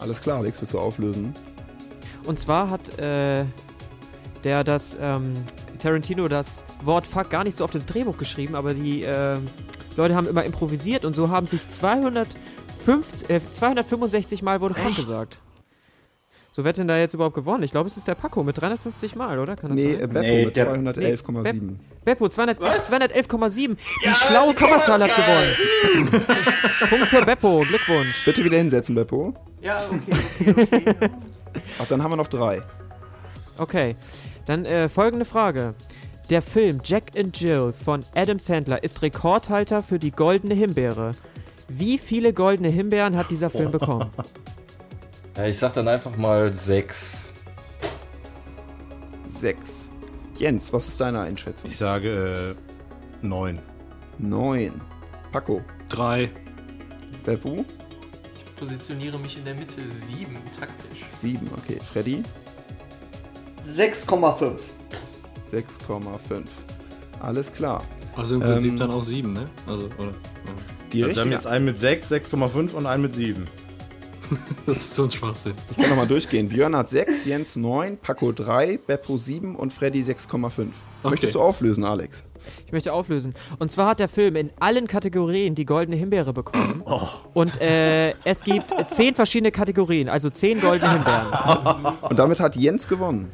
Alles klar, Alex, willst du auflösen?
Und zwar hat äh, der das ähm, Tarantino das Wort Fuck gar nicht so auf das Drehbuch geschrieben, aber die äh, Leute haben immer improvisiert und so haben sich 250, äh, 265 Mal wurde Fuck gesagt. So, wer hat denn da jetzt überhaupt gewonnen? Ich glaube, es ist der Paco mit 350 Mal, oder? Kann das
Nee, äh,
sein?
Beppo
Nee,
mit
der-
211,7.
Beppo, 200 211,7. Die schlaue Kommazahl hat gewonnen. Punkt für Beppo, Glückwunsch.
Bitte wieder hinsetzen, Beppo.
Ja, okay.
Ach, dann haben wir noch drei.
Okay, dann äh, folgende Frage. Der Film Jack and Jill von Adam Sandler ist Rekordhalter für die Goldene Himbeere. Wie viele Goldene Himbeeren hat dieser Film bekommen?
Ja, ich sag dann einfach mal 6.
Sechs. Jens, was ist deine Einschätzung?
Ich sage äh, 9.
Neun. Paco.
3.
Beppo.
Ich positioniere mich in der Mitte. 7 taktisch.
Sieben. Okay. Freddy.
6,5.
6,5. Alles klar.
Also im Prinzip
Ähm.
dann auch sieben, ne? Also, oder?
Die
Also wir haben
richtige,
jetzt einen mit 6, 6,5 und einen mit 7.
Das ist so ein Schwachsinn.
ich kann nochmal durchgehen. Björn hat 6, Jens 9, Paco 3, Beppo 7 und Freddy 6,5. Möchtest du auflösen, Alex?
Ich möchte auflösen. Und zwar hat der Film in allen Kategorien die goldene Himbeere bekommen.
Oh,
Und äh, es gibt zehn verschiedene Kategorien, also zehn goldene Himbeeren.
Und damit hat Jens gewonnen.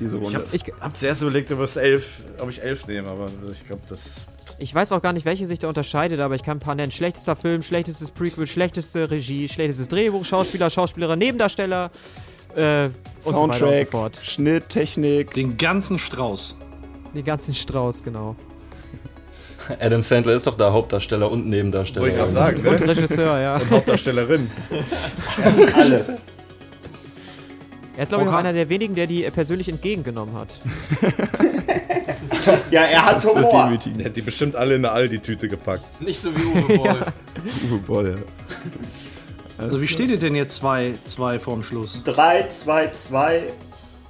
Diese Runde.
Ich,
Hab zuerst überlegt, ob, es elf, ob ich 11 nehme, aber ich glaube, das.
ich weiß auch gar nicht, welche sich da unterscheidet, aber ich kann ein paar nennen. Schlechtester Film, schlechtestes Prequel, schlechteste Regie, schlechtestes Drehbuch, Schauspieler, Schauspielerin, Nebendarsteller. Äh, und so weiter und so
Soundtrack,
fort.
Schnitt, Technik.
Den ganzen Strauß.
Den ganzen Strauß, genau.
Adam Sandler ist doch da Hauptdarsteller und Nebendarsteller.
Oh
Wollte ich gerade sagen, (laughs)
Und
ne?
(laughs)
Regisseur, ja.
(laughs) Hauptdarstellerin.
Alles.
Er ist, glaube ich, auch
Oha.
einer der wenigen, der die äh, persönlich entgegengenommen hat.
Ja, er hat
Das wird
Humor.
demütigend.
Hätte die bestimmt alle in eine Aldi-Tüte gepackt.
Nicht so wie Uwe (laughs) Boll.
Uwe Boll.
Also wie steht ihr denn jetzt 2 zwei, vorm Schluss?
3, 2, 2,
Ist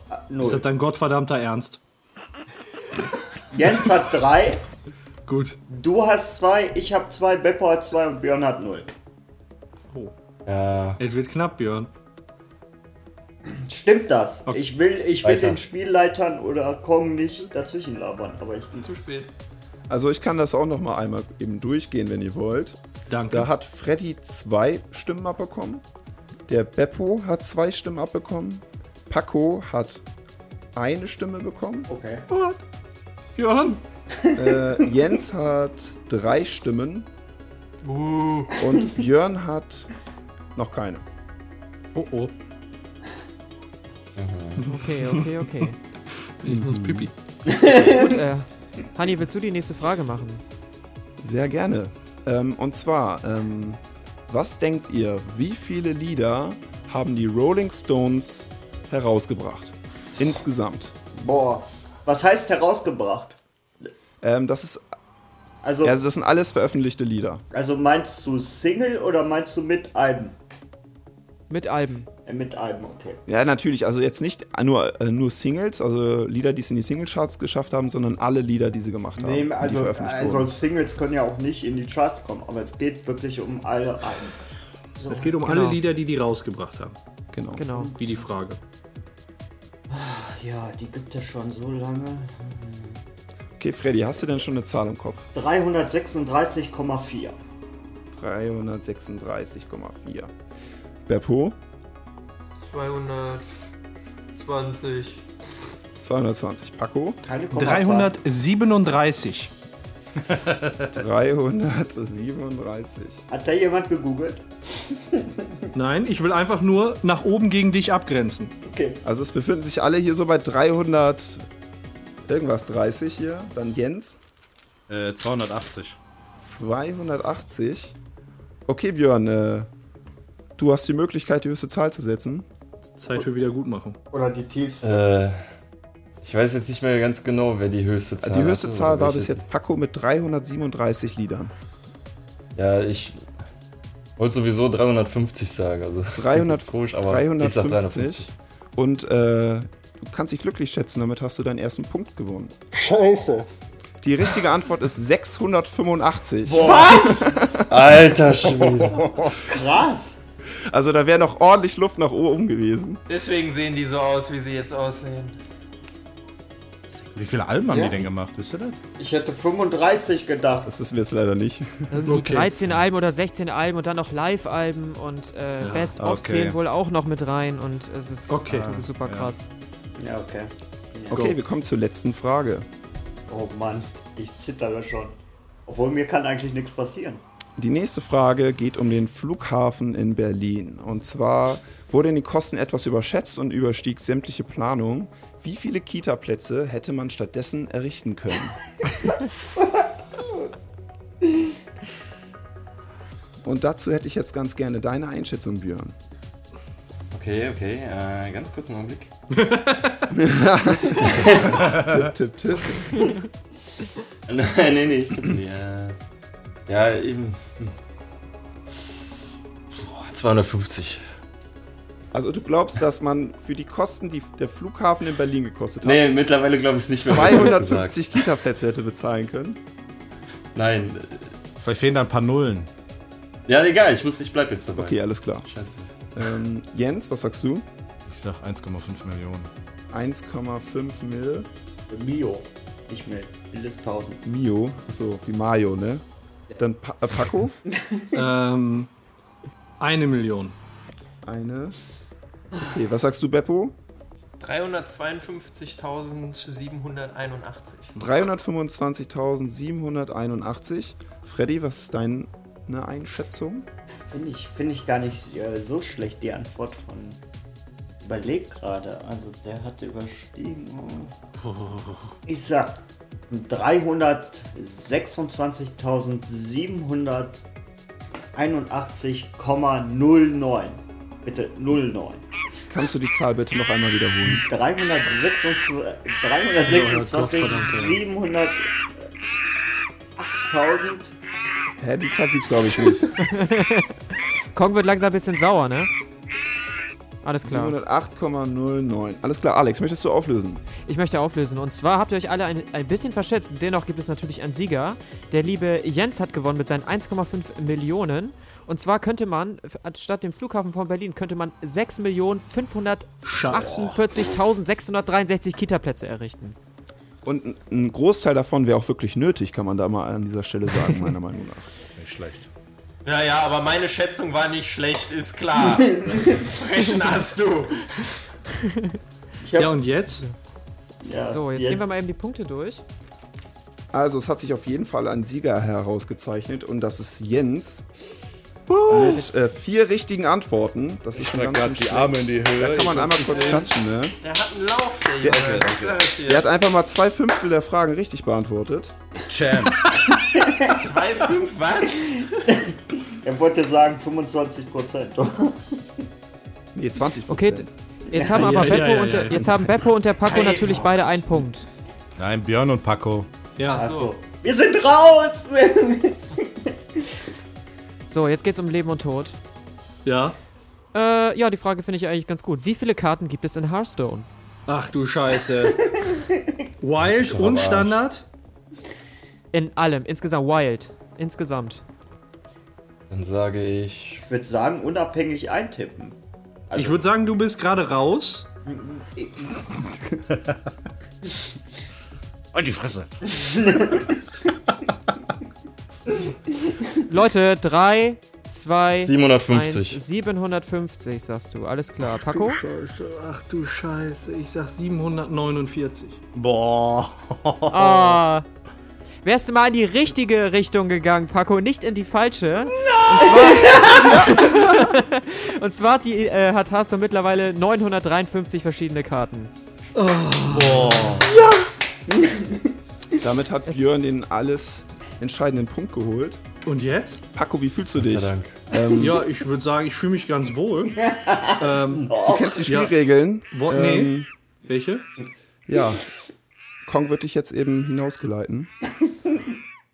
das
0.
dein gottverdammter Ernst?
Jens hat 3,
Gut.
du hast 2, ich habe 2, Beppo hat 2 und Björn hat 0.
Ja,
Es wird knapp, Björn.
Stimmt das?
Okay.
Ich will, ich will
Weiter.
den Spielleitern oder Kong nicht dazwischen labern, aber ich
Zu spät.
Also ich kann das auch noch mal einmal eben durchgehen, wenn ihr wollt.
Danke.
Da hat Freddy zwei Stimmen abbekommen. Der Beppo hat zwei Stimmen abbekommen. Paco hat eine Stimme bekommen.
Okay.
Björn!
Äh, Jens hat drei Stimmen. Und Björn hat noch keine.
Oh oh,
Okay, okay, okay.
ich muss pipi.
Gut, äh, Hanni, willst du die nächste Frage machen?
Sehr gerne. Ähm, und zwar, ähm, was denkt ihr, wie viele Lieder haben die Rolling Stones herausgebracht? Insgesamt.
Boah. Was heißt herausgebracht?
Ähm, das, ist,
Also,
also das sind alles veröffentlichte Lieder.
also meinst du Single oder meinst du mit Alben?
Mit Alben.
Äh, mit Alben, okay.
Ja, natürlich. Also jetzt nicht nur, äh, nur Singles, also Lieder, die es in die Singlecharts geschafft haben, sondern alle Lieder, die sie gemacht haben.
Nee,
die
also,
veröffentlicht
also
wurden.
Singles können ja auch nicht in die Charts kommen, aber es geht wirklich um alle Alben.
Es geht um alle
Genau.
Lieder, die die rausgebracht haben.
Genau.
Genau.
Wie die Frage.
Ja, die gibt es schon so lange.
Okay, Freddy, hast du denn schon eine Zahl im Kopf?
336,4.
336,4. Beppo?
220.
220. Paco?
Keine Kommazahl.
337.
337.
Hat da jemand gegoogelt?
Nein, ich will einfach nur nach oben gegen dich abgrenzen.
Okay.
Also es befinden sich alle hier so bei 300 irgendwas 30 hier. Dann Jens
Äh, 280.
280. Okay, Björn, äh, du hast die Möglichkeit, die höchste Zahl zu setzen.
Zeit für Wiedergutmachung.
Oder die tiefste.
äh, ich weiß jetzt nicht mehr ganz genau, wer die höchste Zahl
Also die höchste
hatte,
Zahl
oder
war
welche.
bis jetzt Paco mit 337
(laughs)
Liedern.
Ja, ich wollte sowieso 350 sagen. Also (laughs)
300,
komisch, aber ich sag
350.
350.
Und äh, du kannst dich glücklich schätzen, damit hast du deinen ersten Punkt gewonnen.
Scheiße.
Die richtige Antwort ist 685.
Alter Schwede.
Krass!
Also da wäre noch ordentlich Luft nach oben gewesen.
Deswegen sehen die so aus, wie sie jetzt aussehen.
Wie viele Alben haben die denn gemacht? Wisst ihr das?
Ich hätte 35 gedacht.
Das wissen wir jetzt leider nicht.
Irgendwie
Okay.
13 Alben oder 16 Alben und dann noch Live-Alben und äh, Best-of
okay.
zählen wohl auch noch mit rein und es ist äh,
Okay.
super krass.
Ja, okay.
Okay,
Go.
wir kommen zur letzten Frage.
Oh Mann, ich zittere schon. Obwohl mir kann eigentlich nichts passieren.
Die nächste Frage geht um den Flughafen in Berlin. Und zwar wurden die Kosten etwas überschätzt und überstieg sämtliche Planung. Wie viele Kita-Plätze hätte man stattdessen errichten können? (laughs) und dazu hätte ich jetzt ganz gerne deine Einschätzung, Björn.
Okay, okay, äh, ganz kurz einen Augenblick.
Tipp, tipp, tipp.
(laughs) Nein, nee, nee, ich tippe nicht. Äh, ja, eben. Boah, 250.
Also du glaubst, dass man für die Kosten, die der Flughafen in Berlin gekostet hat,
Nee, mittlerweile glaube ich es nicht mehr. was du gesagt hast.
250 Kita-Plätze hätte bezahlen können?
Nein.
Vielleicht fehlen da ein paar Nullen.
Ja, egal, ich muss, ich bleib jetzt dabei.
Okay, alles klar.
Scheiße.
Ähm, Jens, was sagst du?
Ich sag 1,5 Millionen.
1,5 Mil.
Mio. Nicht mehr. Will ist 1000.
Mio. Achso, wie Mayo, ne? Dann pa äh, Paco.
Ähm, eine Million.
Eine. Okay, was sagst du, Beppo?
352.781.
325.781. Freddy, was ist deine Einschätzung?
Finde ich, find ich gar nicht äh, so schlecht, die Antwort von. Überleg gerade. Also, der hat überstiegen. Ich sag 326.781,09. Bitte 09.
Kannst du die Zahl bitte noch einmal wiederholen?
326.700. 8000.
Hä, die Zahl gibt's glaube ich nicht.
Kong wird langsam ein bisschen sauer, ne? Alles klar.
708,09. Alles klar, Alex, möchtest du auflösen?
Ich möchte auflösen. Und zwar habt ihr euch alle ein, ein bisschen verschätzt. Dennoch gibt es natürlich einen Sieger. Der liebe Jens hat gewonnen mit seinen 1,5 Millionen. Und zwar könnte man, f- anstatt dem Flughafen von Berlin, könnte man 6.548.663 Kita-Plätze errichten.
Und ein- ein Großteil davon wäre auch wirklich nötig, kann man da mal an dieser Stelle sagen, meiner Meinung nach.
Nicht schlecht.
Naja, aber meine Schätzung war nicht schlecht, ist klar. Frechen hast du.
Ja.
Ja, und jetzt?
Ja,
So, jetzt
die-
gehen wir mal eben die Punkte durch.
Also, es hat sich auf jeden Fall ein Sieger herausgezeichnet und das ist Jens. Mit äh, vier richtigen Antworten. Das ist schon ganz schön schlecht.
in die Höhe.
Da kann man einmal kurz klatschen, ne?
Der hat einen Lauf, der Junge. Ich sag
Er
dir.
hat einfach mal zwei Fünftel der Fragen richtig beantwortet.
Champ.
2,5 was?
Er wollte sagen 25 Prozent.
Nee, 20
Okay, d- jetzt haben aber
ja,
Beppo,
ja,
und
ja,
der,
ja.
Jetzt haben Beppo und der Paco
Hey,
natürlich
oh.
beide einen Punkt.
Nein, Björn und Paco.
Ja.
Achso. Wir sind raus! (laughs)
So, jetzt geht's um Leben und Tod.
Ja.
Äh, ja, die Frage finde ich eigentlich ganz gut. Wie viele Karten gibt es in Hearthstone?
Ach du Scheiße. Wild und Standard?
In allem, insgesamt wild. Insgesamt.
Dann sage ich.
Ich würde sagen, unabhängig eintippen.
Ich würde sagen, du bist gerade raus.
Und Halt die Fresse.
Leute, 3, 2,
750.
1, 750 sagst du. Alles klar. Paco?
Ach du Scheiße, ich sag 749.
Boah.
Ah. Wärst du mal in die richtige Richtung gegangen, Paco, nicht in die falsche. Nein! Und zwar, (laughs) und zwar hat, die, äh, hat Hearthstone mittlerweile 953 verschiedene Karten.
Damit hat Björn den alles entscheidenden Punkt geholt.
Und jetzt?
Paco, wie fühlst du dich? Du
Dank.
Ja, ich würde sagen, ich fühle mich ganz wohl. ähm,
kennst die
Ja.
Spielregeln.
wo,
Ähm,
nee. Welche?
Ja. Kong wird dich jetzt eben hinausgeleiten.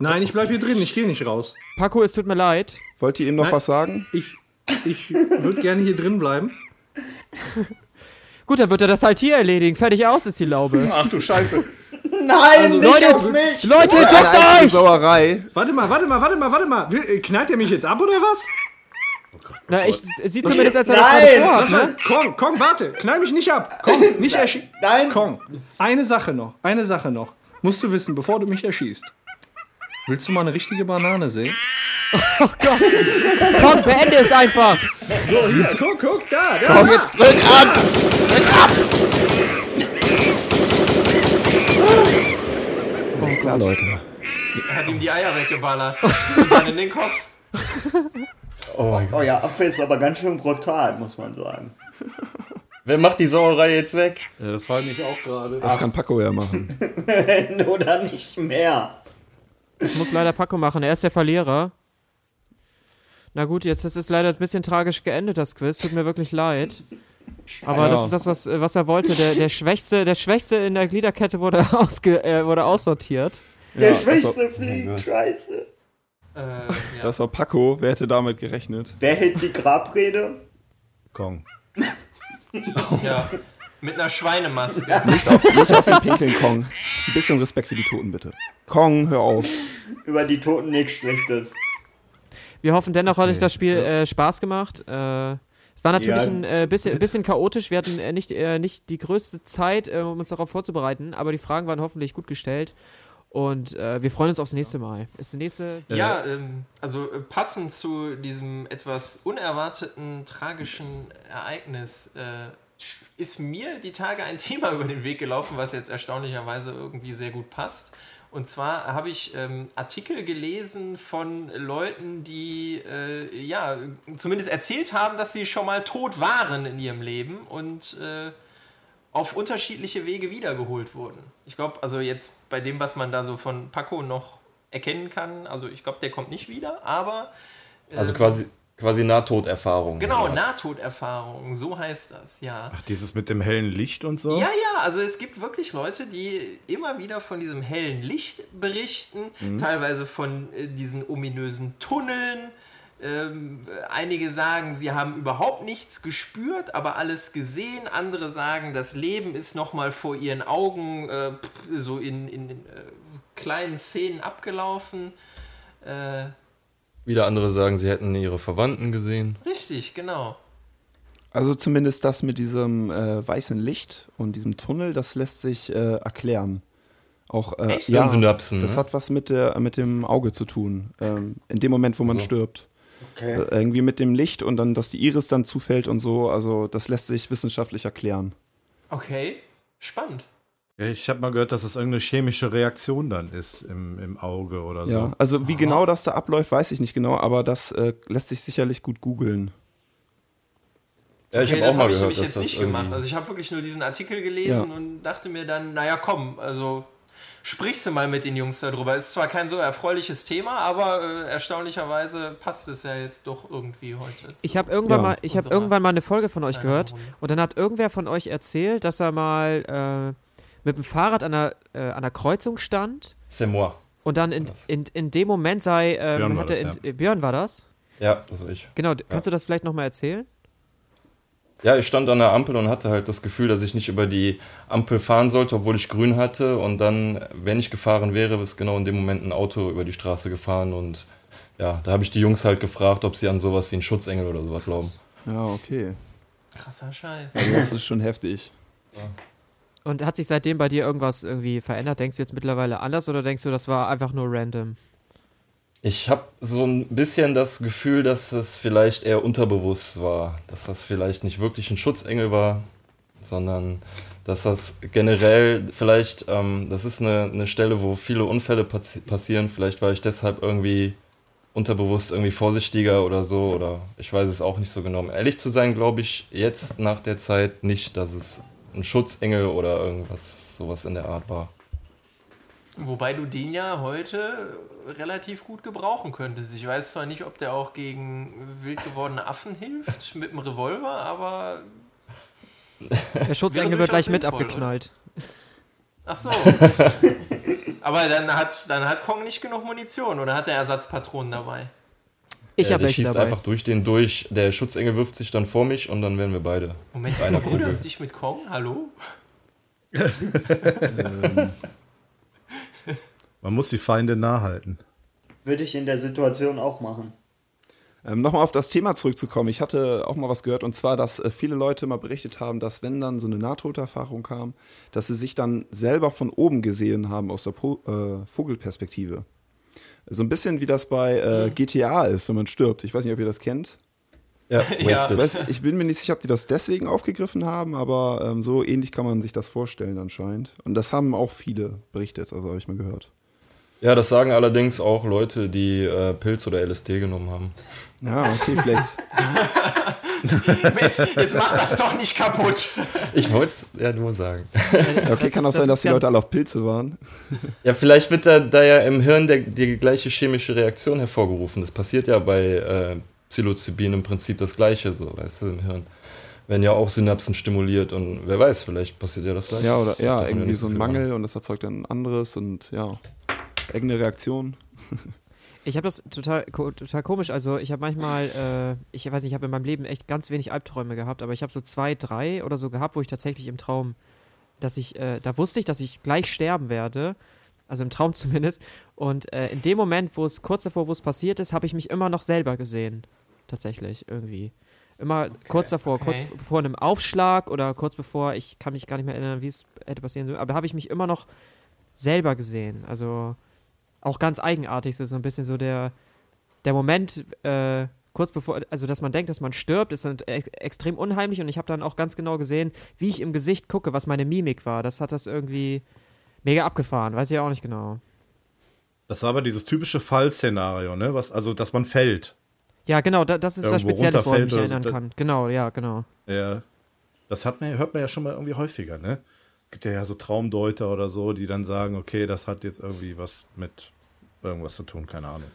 Nein, ich bleib hier drin, ich gehe nicht raus.
Paco, es tut mir leid.
Wollt ihr ihm noch
Nein.
was sagen?
Ich, ich würde gerne hier drin bleiben.
Gut, dann wird er das halt hier erledigen. Fertig aus ist die Laube.
Ach du Scheiße.
Nein, nicht
Also, Leute,
auf mich! Oh,
Leute, duckt
Eine einzige
euch!
Sauerei.
Warte mal, warte mal, warte mal, warte mal. Will- äh, Knallt er mich jetzt ab oder was?
Na, ich sieht zumindest als er
Nein!
das gerade vorhat, ne?
Warte, Kong, Kong, warte. Knall mich nicht ab. Kong, nicht erschießen.
nein.
Kong, eine Sache noch, eine Sache noch. Musst du wissen, bevor du mich erschießt. Willst du mal eine richtige Banane sehen?
Komm, beende es einfach!
So, hier, guck, guck, da, da.
Komm, jetzt drück ab! Drück ab! Alles klar, Leute.
Er hat ihm die Eier weggeballert. Und dann in den Kopf.
Euer Affe Oh ist aber ganz schön brutal, muss man sagen. (laughs)
Wer macht die Sauerei jetzt weg?
das war nämlich auch gerade.
Das kann Paco ja machen.
Oder nicht mehr.
Das muss leider Paco machen, er ist der Verlierer. Na gut, jetzt ist es leider ein bisschen tragisch geendet, das Quiz. Tut mir wirklich leid. Aber das ist das, was, äh, was er wollte. Der, der, Schwächste, der Schwächste in der Gliederkette wurde, (laughs) ausge, äh, wurde aussortiert.
Der
also,
Schwächste fliegt, scheiße.
Äh, ja.
Das war Paco. Wer hätte damit gerechnet?
Wer hält die Grabrede?
Kong.
Ja. Mit einer Schweinemaske.
Nicht auf, nicht auf den Pinkeln, Kong. Ein bisschen Respekt für die Toten, bitte. Kong, hör auf.
Über die Toten nichts Schlechtes.
Wir hoffen, dennoch hat euch das Spiel äh, Spaß gemacht. Äh, es war natürlich
Ja.
ein äh, bisschen, ein bisschen chaotisch. Wir hatten äh, nicht, äh, nicht die größte Zeit, äh, um uns darauf vorzubereiten, aber die Fragen waren hoffentlich gut gestellt. Und äh, wir freuen uns aufs nächste Mal. Ist die nächste.
Ja, ähm, also äh, passend zu diesem etwas unerwarteten, tragischen Ereignis äh, ist mir die Tage ein (laughs) Thema über den Weg gelaufen, was jetzt erstaunlicherweise irgendwie sehr gut passt. Und zwar habe ich ähm, Artikel gelesen von Leuten, die äh, ja zumindest erzählt haben, dass sie schon mal tot waren in ihrem Leben und äh, auf unterschiedliche Wege wiedergeholt wurden. Ich glaube, also jetzt bei dem, was man da so von Paco noch erkennen kann, also ich glaube, der kommt nicht wieder, aber
Also quasi, quasi Nahtoderfahrung.
genau,
Ja.
Nahtoderfahrung, so heißt das, ja.
Dieses mit dem hellen Licht und so?
Ja, ja, also es gibt wirklich Leute, die immer wieder von diesem hellen Licht berichten, teilweise von äh, diesen ominösen Tunneln. Ähm, einige sagen, sie haben überhaupt nichts gespürt, aber alles gesehen. Andere sagen, das Leben ist nochmal vor ihren Augen äh, pff, so in, in äh, kleinen Szenen abgelaufen. Äh,
Wieder andere sagen, sie hätten ihre Verwandten gesehen.
richtig, genau.
Also zumindest das mit diesem äh, weißen Licht und diesem Tunnel, das lässt sich äh, erklären. Auch äh,
Echt?
ja,
Hirnsynapsen,
das
ne?
hat was mit der mit dem Auge zu tun. Ähm, in dem Moment, wo man stirbt. Äh, irgendwie mit dem Licht und dann, dass die Iris dann zufällt und so. Also das lässt sich wissenschaftlich erklären.
Okay, spannend.
Ja, Ich habe mal gehört, dass das irgendeine chemische Reaktion dann ist im, im Auge oder so.
Ja, also wie genau das da abläuft, weiß ich nicht genau, aber das äh, lässt sich sicherlich gut googeln.
Ja, ich
Okay,
habe auch
das
mal
habe ich
gehört,
nämlich
dass
jetzt
das
nicht
irgendwie-
gemacht. Also ich habe wirklich nur diesen Artikel gelesen und dachte mir dann, naja komm, also sprichst du mal mit den Jungs darüber. Ist zwar kein so erfreuliches Thema, aber äh, erstaunlicherweise passt es ja jetzt doch irgendwie heute.
Ich habe irgendwann,
Ja.
mal, ich hab
Unsere
irgendwann mal eine Folge von euch
kleine
gehört
Runde.
und dann hat irgendwer von euch erzählt, dass er mal äh, mit dem Fahrrad an einer, äh, an einer Kreuzung stand
Also-
C'est moi.
und dann in, in, in dem Moment sei, ähm,
Björn war
hat er
das,
in, äh, Björn war das.
Ja, also ich.
Genau, d- kannst du das vielleicht nochmal erzählen?
Ja, ich stand an der Ampel und hatte halt das Gefühl, dass ich nicht über die Ampel fahren sollte, obwohl ich grün hatte. Und dann, wenn ich gefahren wäre, ist genau in dem Moment ein Auto über die Straße gefahren. Und ja, da habe ich die Jungs halt gefragt, ob sie an sowas wie einen Schutzengel oder sowas glauben.
Ja, okay.
Krasser Scheiß.
Also das ist schon heftig.
Und hat sich seitdem bei dir irgendwas irgendwie verändert? Denkst du jetzt mittlerweile anders oder denkst du, das war einfach nur random?
Ich habe so ein bisschen das Gefühl, dass es vielleicht eher unterbewusst war, dass das vielleicht nicht wirklich ein Schutzengel war, sondern dass das generell vielleicht, ähm, das ist eine, eine Stelle, wo viele Unfälle passi passieren, vielleicht war ich deshalb irgendwie unterbewusst irgendwie vorsichtiger oder so, oder ich weiß es auch nicht so genau. Um ehrlich zu sein, glaube ich jetzt nach der Zeit nicht, dass es ein Schutzengel oder irgendwas sowas in der Art war.
Wobei du den ja heute relativ gut gebrauchen könntest. Ich weiß zwar nicht, ob der auch gegen wild gewordene Affen hilft (laughs) mit dem Revolver, aber (laughs)
Der Schutzengel
Wäre
wird gleich
durchaus
mit
sinnvoll,
abgeknallt.
Ach so. Aber dann hat, dann hat Kong nicht genug Munition oder hat er Ersatzpatronen dabei?
Ich
Ja,
habe
der
welche
schießt
dabei.
Äh, einfach durch den durch. Der Schutzengel wirft sich dann vor mich und dann werden wir beide.
Moment, du
Einer
verbrüderst
Kugel.
dich mit Kong? Hallo? (laughs)
Man muss die Feinde nah halten.
Würde ich in der Situation auch machen.
Ähm, Nochmal auf das Thema zurückzukommen. Ich hatte auch mal was gehört und zwar, dass äh, viele Leute mal berichtet haben, dass wenn dann so eine Nahtoderfahrung kam, dass sie sich dann selber von oben gesehen haben aus der po äh, Vogelperspektive. So ein bisschen wie das bei äh, GTA ist, wenn man stirbt. Ich weiß nicht, ob ihr das kennt.
Ja,
Ja.
Ich,
(laughs) wasted.
weiß, ich bin mir nicht sicher, ob die das deswegen aufgegriffen haben, aber ähm, so ähnlich kann man sich das vorstellen anscheinend. Und das haben auch viele berichtet, also habe ich mal gehört.
ja, das sagen allerdings auch Leute, die äh, Pilz oder LSD genommen haben.
Ja, okay,
(laughs)
vielleicht.
Jetzt, jetzt mach das doch nicht kaputt.
(laughs) Ich wollte es ja nur sagen.
Okay,
Das
kann
ist-
auch sein,
das
dass
ist
die Leute
ganz-
alle auf Pilze waren.
Ja, vielleicht wird da, da ja im Hirn der, die gleiche chemische Reaktion hervorgerufen. Das passiert ja bei äh, Psilocybin im Prinzip das Gleiche, so, weißt du, im Hirn. Werden ja auch Synapsen stimuliert und wer weiß, vielleicht passiert ja das Gleiche.
Ja, oder ja,
davon ja
irgendwie
nicht
so
so
ein
viel
Mangel und das erzeugt dann ein anderes und ja, eigene Reaktion.
Ich habe das total, ko- total komisch. Also ich habe manchmal, äh, ich weiß nicht, ich habe in meinem Leben echt ganz wenig Albträume gehabt, aber ich habe so zwei, drei oder so gehabt, wo ich tatsächlich im Traum, dass ich, äh, da wusste ich, dass ich gleich sterben werde. Also im Traum (laughs) zumindest. Und äh, in dem Moment, wo es kurz davor, wo es passiert ist, habe ich mich immer noch selber gesehen. Tatsächlich, irgendwie. Immer kurz davor, kurz
okay.
vor einem Aufschlag oder kurz bevor, ich kann mich gar nicht mehr erinnern, wie es hätte passieren sollen, aber habe ich mich immer noch selber gesehen. Also auch ganz eigenartig, so, so ein bisschen so der, der Moment, äh, kurz bevor, also dass man denkt, dass man stirbt, ist dann ex extrem unheimlich und ich habe dann auch ganz genau gesehen, wie ich im Gesicht gucke, was meine Mimik war. Das hat das irgendwie mega abgefahren, weiß ich auch nicht genau.
Das war aber dieses typische Fallszenario, ne? Was, also, dass man fällt.
Ja, genau, da, das ist das
Irgendwo
Spezielle, woran ich
runterfällt
mich
oder
erinnern
so, da-
kann. Genau, ja, genau.
Ja. Das hat man, hört man ja schon mal irgendwie häufiger, ne? Es gibt ja, ja so Traumdeuter oder so, die dann sagen, okay, das hat jetzt irgendwie was mit irgendwas zu tun, keine Ahnung.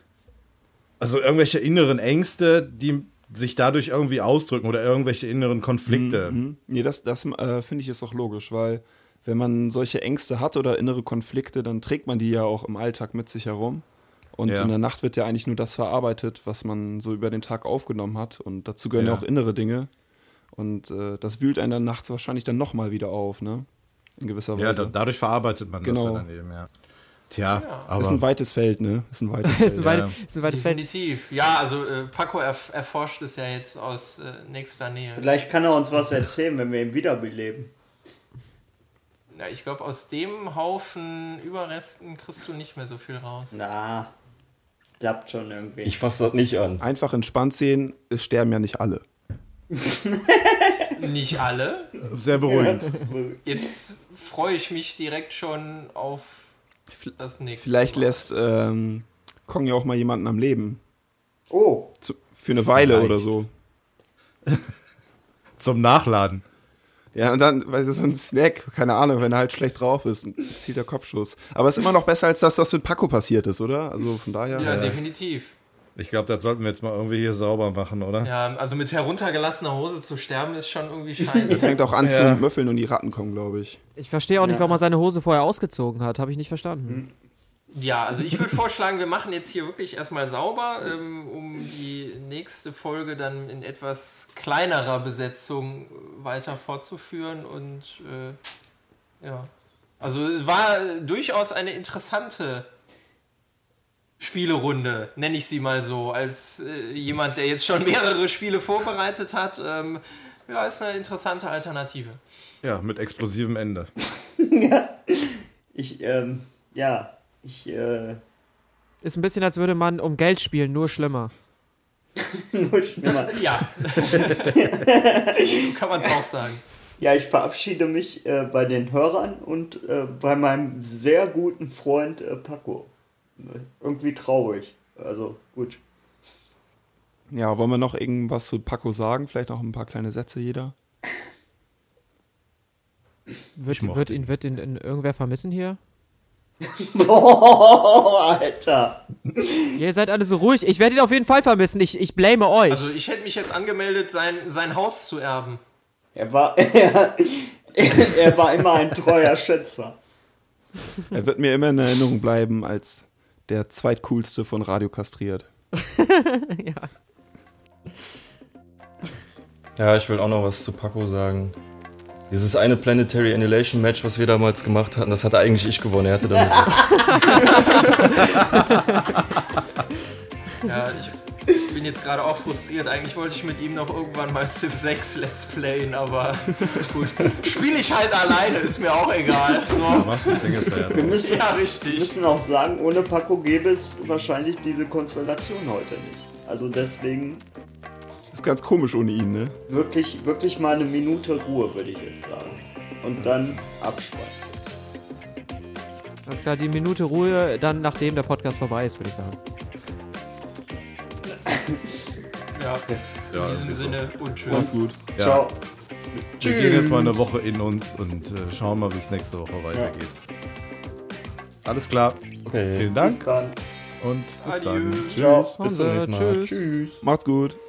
Also irgendwelche inneren Ängste, die sich dadurch irgendwie ausdrücken oder irgendwelche inneren Konflikte.
Mhm. Nee, das, das äh, finde ich ist doch logisch, weil wenn man solche Ängste hat oder innere Konflikte, dann trägt man die ja auch im Alltag mit sich herum. Und
Ja.
in der Nacht wird ja eigentlich nur das verarbeitet, was man so über den Tag aufgenommen hat. Und dazu gehören ja,
Ja.
auch innere Dinge. Und äh, das wühlt einen dann nachts wahrscheinlich dann nochmal wieder auf, ne? In gewisser
Ja,
Weise.
da, dadurch verarbeitet man
Also. Genau.
das ja dann eben, ja. Tja,
ist ein
aber
weites Feld, ne? Ist ein
(laughs)
weites
Das ist
Feld.
ein,
Ja,
weit,
ja.
ist ein weites Feld.
Definitiv. Ja, also äh, Paco erf erforscht es ja jetzt aus äh, nächster Nähe.
Vielleicht kann er uns was erzählen, wenn wir ihn wiederbeleben.
Ja, ich glaube, aus dem Haufen Überresten kriegst du nicht mehr so viel raus.
Na, klappt schon irgendwie.
Ich fasse das nicht an.
Einfach entspannt sehen, es sterben ja nicht alle.
Nicht alle.
sehr beruhigend.
Jetzt freue ich mich direkt schon auf das nächste.
Vielleicht
Mal.
lässt ähm, Kong ja auch mal jemanden am Leben.
oh,
Zu, für eine Weile oder
Vielleicht.
so.
Zum Nachladen.
Ja, und dann, weil so ein Snack, keine Ahnung, wenn er halt schlecht drauf ist, zieht der Kopfschuss. Aber ist immer noch besser als das, was mit Paco passiert ist, oder? Also von daher.
Ja,
Ja,
definitiv.
Ich glaube, das sollten wir jetzt mal irgendwie hier sauber machen, oder?
Ja, also mit heruntergelassener Hose zu sterben ist schon irgendwie
(laughs)
scheiße.
Das fängt auch an
Ja.
zu müffeln und die Ratten kommen, glaube ich.
Ich verstehe auch nicht,
Ja.
warum er seine Hose vorher ausgezogen hat. Habe ich nicht
Hm.
verstanden.
Ja, also ich würde vorschlagen, wir machen jetzt hier wirklich erstmal sauber, ähm, um die nächste Folge dann in etwas kleinerer Besetzung äh, weiter fortzuführen. Und äh, ja, also es war durchaus eine interessante Spielerunde, nenne ich sie mal so, als äh, jemand, der jetzt schon mehrere Spiele vorbereitet hat. Ähm, ja, ist eine interessante Alternative.
Ja, mit explosivem Ende.
ich, ähm, ja, ich, äh, (laughs)
Ist ein bisschen, als würde man um Geld spielen, nur schlimmer.
nur schlimmer.
Ja, (laughs) so kann man es auch sagen.
Ja, ich verabschiede mich äh, bei den Hörern und äh, bei meinem sehr guten Freund äh, Paco. Irgendwie traurig. Also gut. (laughs)
Ja, wollen wir noch irgendwas zu Paco sagen? Vielleicht noch ein paar kleine Sätze jeder?
Wird,
mochte
wird ihn, wird ihn, ihn irgendwer vermissen hier?
Oh, Alter.
Ja, ihr seid alle so ruhig. Ich werde ihn auf jeden Fall vermissen. Ich, ich blame euch.
Also ich hätte mich jetzt angemeldet, sein, sein Haus zu erben.
Er war, (laughs) er, er war immer ein treuer Schätzer.
Er wird mir immer in Erinnerung bleiben als der zweitcoolste von Radio kastriert.
Ja, ich will auch noch was zu Paco sagen. Dieses eine Planetary Annihilation Match, was wir damals gemacht hatten, das hatte eigentlich ich gewonnen. Er hatte damit.
Ja, ich bin jetzt gerade auch frustriert. Eigentlich wollte ich mit ihm noch irgendwann mal Civ 6 Let's Playen, aber gut. Spiele ich halt alleine, ist mir auch egal. So.
Was ist Singleplayer?
Wir müssen,
Ja,
wir
richtig.
müssen auch sagen, ohne Paco gäbe es wahrscheinlich diese Konstellation heute nicht. Also deswegen
Ist ganz komisch ohne ihn, ne?
wirklich, wirklich mal eine Minute Ruhe, würde ich jetzt sagen. Und dann abschweifen.
Alles klar, die Minute Ruhe, dann nachdem der Podcast vorbei ist, würde ich sagen.
(laughs) Ja,
Ja,
in diesem Sinne und
Alles
tschüss.
gut.
Ja.
Ciao.
Wir gehen jetzt mal eine Woche in uns und äh, schauen mal, wie es nächste Woche weitergeht. Alles klar.
Okay.
Vielen
Bis
Dank
dann.
und bis
Adieu.
dann. Tschüss.
Ciao.
Bis zum nächsten Mal.
Tschüss.
Tschüss.
Macht's gut.